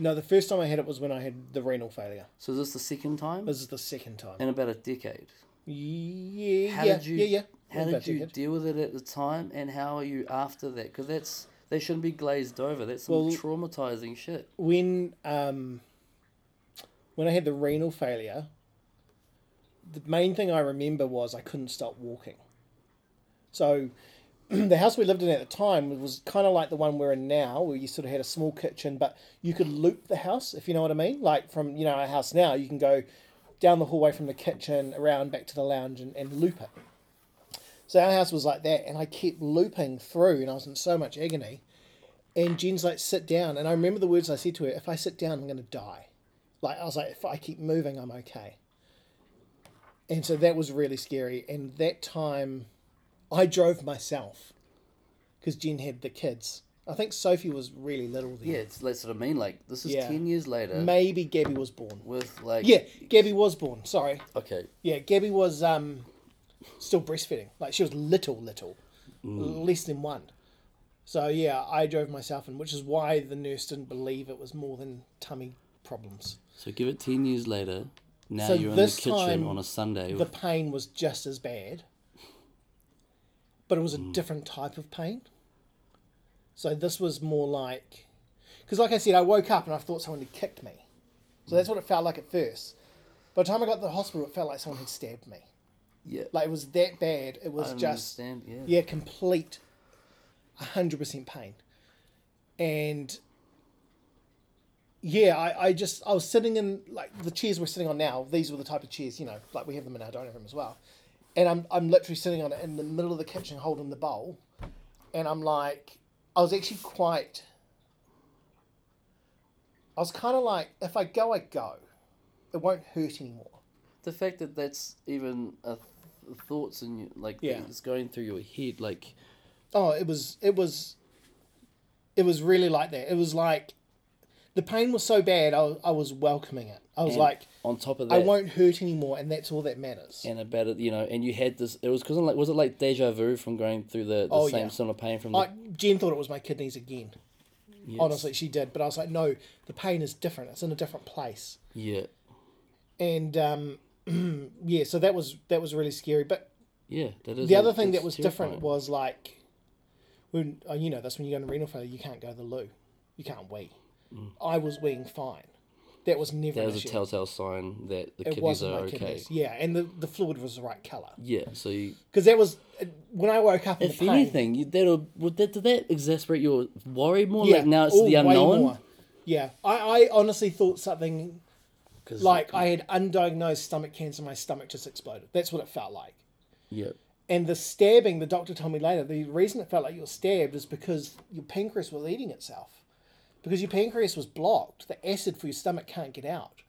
No, the first time I had it was when I had the renal failure. So is this the second time? This is the second time. In about a decade. Yeah. How yeah, did you- yeah. Yeah. How About did you decade. deal with it at the time, and how are you after that? Because that's they shouldn't be glazed over. That's some Well- traumatizing shit. when um when I had the renal failure, the main thing I remember was I couldn't stop walking. So [CLEARS THROAT] the house we lived in at the time was kind of like the one we're in now, where you sort of had a small kitchen, but you could loop the house, if you know what I mean. Like from you know our house now, you can go down the hallway from the kitchen, around back to the lounge, and, and loop it. So our house was like that, and I kept looping through, and I was in so much agony. And Jen's like, sit down. And I remember the words I said to her if I sit down, I'm going to die. Like, I was like, if I keep moving, I'm okay. And so that was really scary. And that time, I drove myself because Jen had the kids. I think Sophie was really little then. Yeah, it's that's what I mean. Like this is Yeah. ten years later Maybe Gabby was born. with like Yeah, Gabby was born. Sorry. Okay. Yeah, Gabby was um, still breastfeeding. Like she was little, little, less than one. So yeah, I drove myself in, which is why the nurse didn't believe it was more than tummy problems. So give it 10 years later. Now So you're in the this kitchen time, on a Sunday. The pain was just as bad, but it was a different type of pain. So this was more like, because like I said, I woke up and I thought someone had kicked me. So that's what it felt like at first. By the time I got to the hospital, it felt like someone had stabbed me. yeah. Like it was that bad. It was I just understand, yeah. yeah, complete, hundred percent pain, and yeah, I, I just I was sitting in like the chairs we're sitting on now. These were the type of chairs you know, like we have them in our dining room as well, and I'm I'm literally sitting on it in the middle of the kitchen holding the bowl, and I'm like, I was actually quite. I was kind of like, if I go, I go. It won't hurt anymore. The fact that that's even a th- thoughts in you, like, Yeah. it's going through your head, like, Oh, it was it was it was really like that. It was like the pain was so bad I was, I was welcoming it. I was and like on top of that, I won't hurt anymore and that's all that matters. and about it, you know, and you had this, it was because, like, was it like deja vu from going through the, the Oh, same yeah. sort of pain from the, I, Jen thought it was my kidneys again. yes. Honestly, she did, but I was like no, the pain is different. It's in a different place. Yeah. And um [CLEARS THROAT] yeah, so that was that was really scary, but Yeah. That is the a- other thing that that's was terrifying. different was like when oh, you know that's when you go into renal failure you can't go to the loo you can't wee i was weeing fine that was Mm. never that an was a issue. telltale sign that the it kidneys wasn't are my okay. kidneys yeah and the, the fluid was the right color Yeah. So you, because that was uh, when i woke up in if the pain anything, you, that'll, would that, did that exasperate your worry more? yeah like now it's oh, the way unknown? more. yeah I, I honestly thought something 'Cause- like i had undiagnosed stomach cancer my stomach just exploded that's what it felt like yeah. And the stabbing, the doctor told me later, the reason it felt like you were stabbed is because your pancreas was eating itself. because your pancreas was blocked. The acid for your stomach can't get out.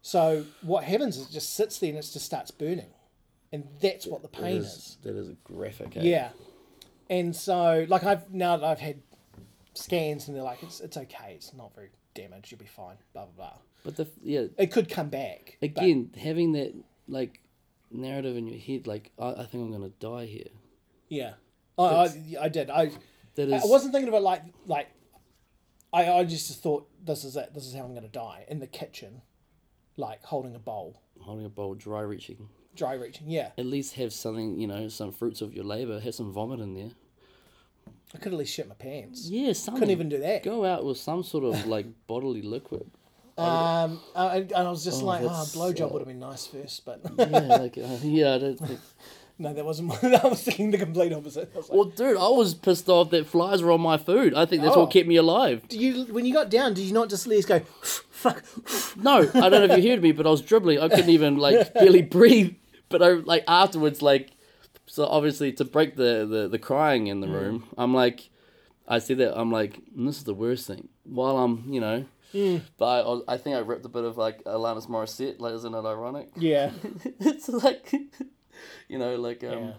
So what happens is it just sits there and it just starts burning, and that's what the pain That is. is, that is graphic. eh? Yeah. And so, like, I've now that I've had scans and they're like, it's, it's okay, it's not very damaged, you'll be fine, blah, blah, blah. But the yeah, It could come back. but- again, having that like narrative in your head, like I, I think I'm gonna die here. yeah. I, I, I did. I, That I is wasn't thinking of it like, like, I, I just thought, this is it, this is how I'm going to die in the kitchen, like holding a bowl, holding a bowl, dry reaching. dry reaching. Yeah. At least have something, you know, some fruits of your labor. Have some vomit in there. I could at least shit my pants. Yeah, something. Couldn't even do that. Go out with some sort of like [LAUGHS] bodily liquid. Um, I, and I was just Oh, like, oh, that's, blowjob uh, would have been nice first, but [LAUGHS] Yeah, like uh, yeah, I don't think. no, [LAUGHS] that wasn't. I was thinking the complete opposite. I was like, Well, dude, I was pissed off that flies were on my food. I think that's Oh. what kept me alive. Do you when you got down? Did you not just let us go? [LAUGHS] Fuck. No, I don't know if you heard me, but I was dribbling. I couldn't even [LAUGHS] like barely breathe. But I like afterwards, like so obviously to break the the, the crying in the Mm. room, I'm like, I said that I'm like, "Mm, this is the worst thing. While I'm, you know, Mm. but I, was- I think I ripped a bit of like Alanis Morissette. Like, isn't it ironic? [LAUGHS] Yeah. it's like, [LAUGHS] you know, like um. Yeah.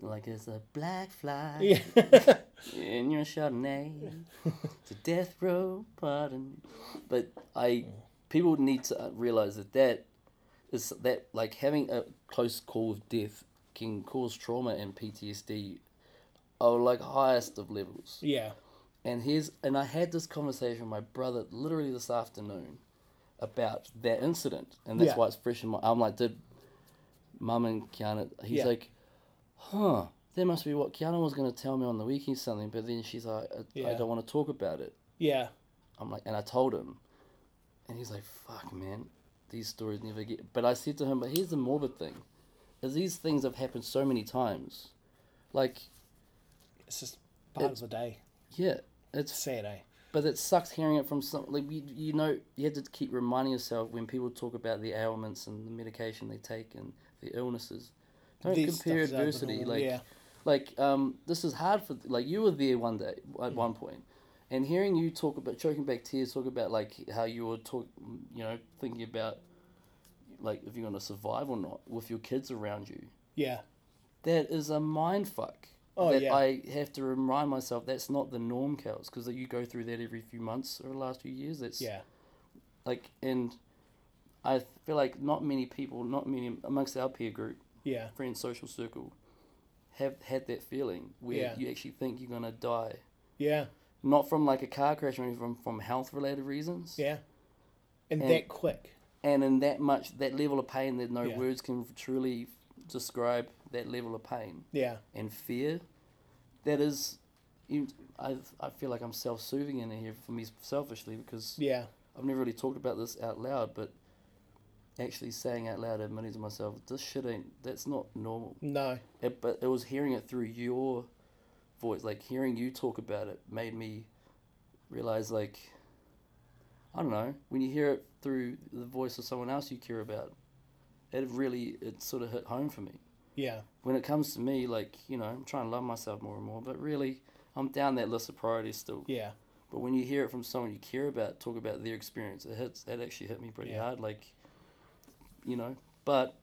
Like it's a black fly [LAUGHS] Yeah. [LAUGHS] in your Chardonnay to death row, pardon. But I, people need to uh, realize that that is that like having a close call with death can cause trauma and PTSD, oh like highest of levels. yeah. And here's and I had this conversation with my brother literally this afternoon about that incident, and that's Yeah. why it's fresh in my. I'm like, did mum and Kiana? He's Yeah. like, huh. That must be what Kiana was going to tell me on the weekend something, but then she's like, I, I Yeah. don't want to talk about it. Yeah. I'm like, and I told him, and he's like, "Fuck, man, these stories never get." But I said to him, "But here's the morbid thing, is these things have happened so many times, like, It's just part of the day. yeah, it's Sad, eh? but it sucks hearing it from some like you, you know you have to keep reminding yourself when people talk about the ailments and the medication they take and the illnesses, don't These compare stuff's out the adversity norm, like." yeah. Like um, this is hard for like you were there one day at Mm. one point, and hearing you talk about choking back tears, talk about like how you were talk, you know, thinking about like if you're gonna survive or not with your kids around you. Yeah. That is a mind fuck. Oh, that yeah. I have to remind myself that's not the norm, cows, because you go through that every few months or the last few years. That's Yeah. like, and I feel like not many people, not many amongst our peer group, Yeah. friend social circle have had that feeling where Yeah. you actually think you're gonna die. Yeah. Not from like a car crash or anything, from, from health related reasons. Yeah. And Yeah. that quick. And in that much, that level of pain that no Yeah. words can truly describe that level of pain Yeah. and fear. That is, you, I, I feel like I'm self soothing in here for me selfishly because Yeah. I've never really talked about this out loud, but actually saying out loud, admitting to myself, this shit ain't, that's not normal. No. it, but it was hearing it through your voice like hearing you talk about it made me realize like i don't know when you hear it through the voice of someone else you care about it really it sort of hit home for me Yeah. when it comes to me like you know i'm trying to love myself more and more but really i'm down that list of priorities still Yeah. but when you hear it from someone you care about talk about their experience, it hits. That actually hit me pretty Yeah. hard. Like, you know. But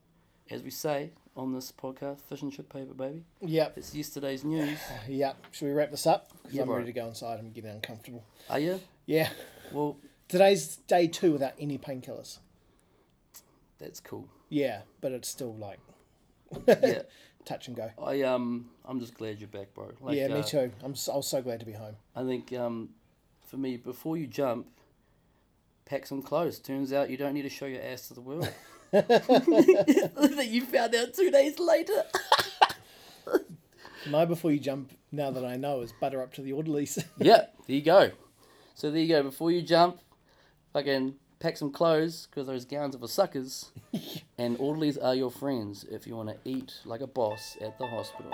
as we say on this podcast, fish and chip paper, baby. Yep. It's yesterday's [LAUGHS] news. Yep. Should we wrap this up? 'Cause Yeah, I'm bro. ready to go inside. I'm getting uncomfortable. Are you? Yeah. Well, Today's day two without any painkillers. that's [LAUGHS] cool. Yeah, but it's still like Yeah. touch and go. I um, I'm just glad you're back, bro. Like, yeah, me uh, too. I'm so, I was so glad to be home. I think um, for me, before you jump, pack some clothes. Turns out you don't need to show your ass to the [LAUGHS] world. that you found out two days later. [LAUGHS] My before you jump, now that I know, is butter up to the orderlies. [LAUGHS] yeah, there you go. So there you go. Before you jump, fucking pack some clothes because those gowns are for [LAUGHS] suckers. and orderlies are your friends if you want to eat like a boss at the hospital.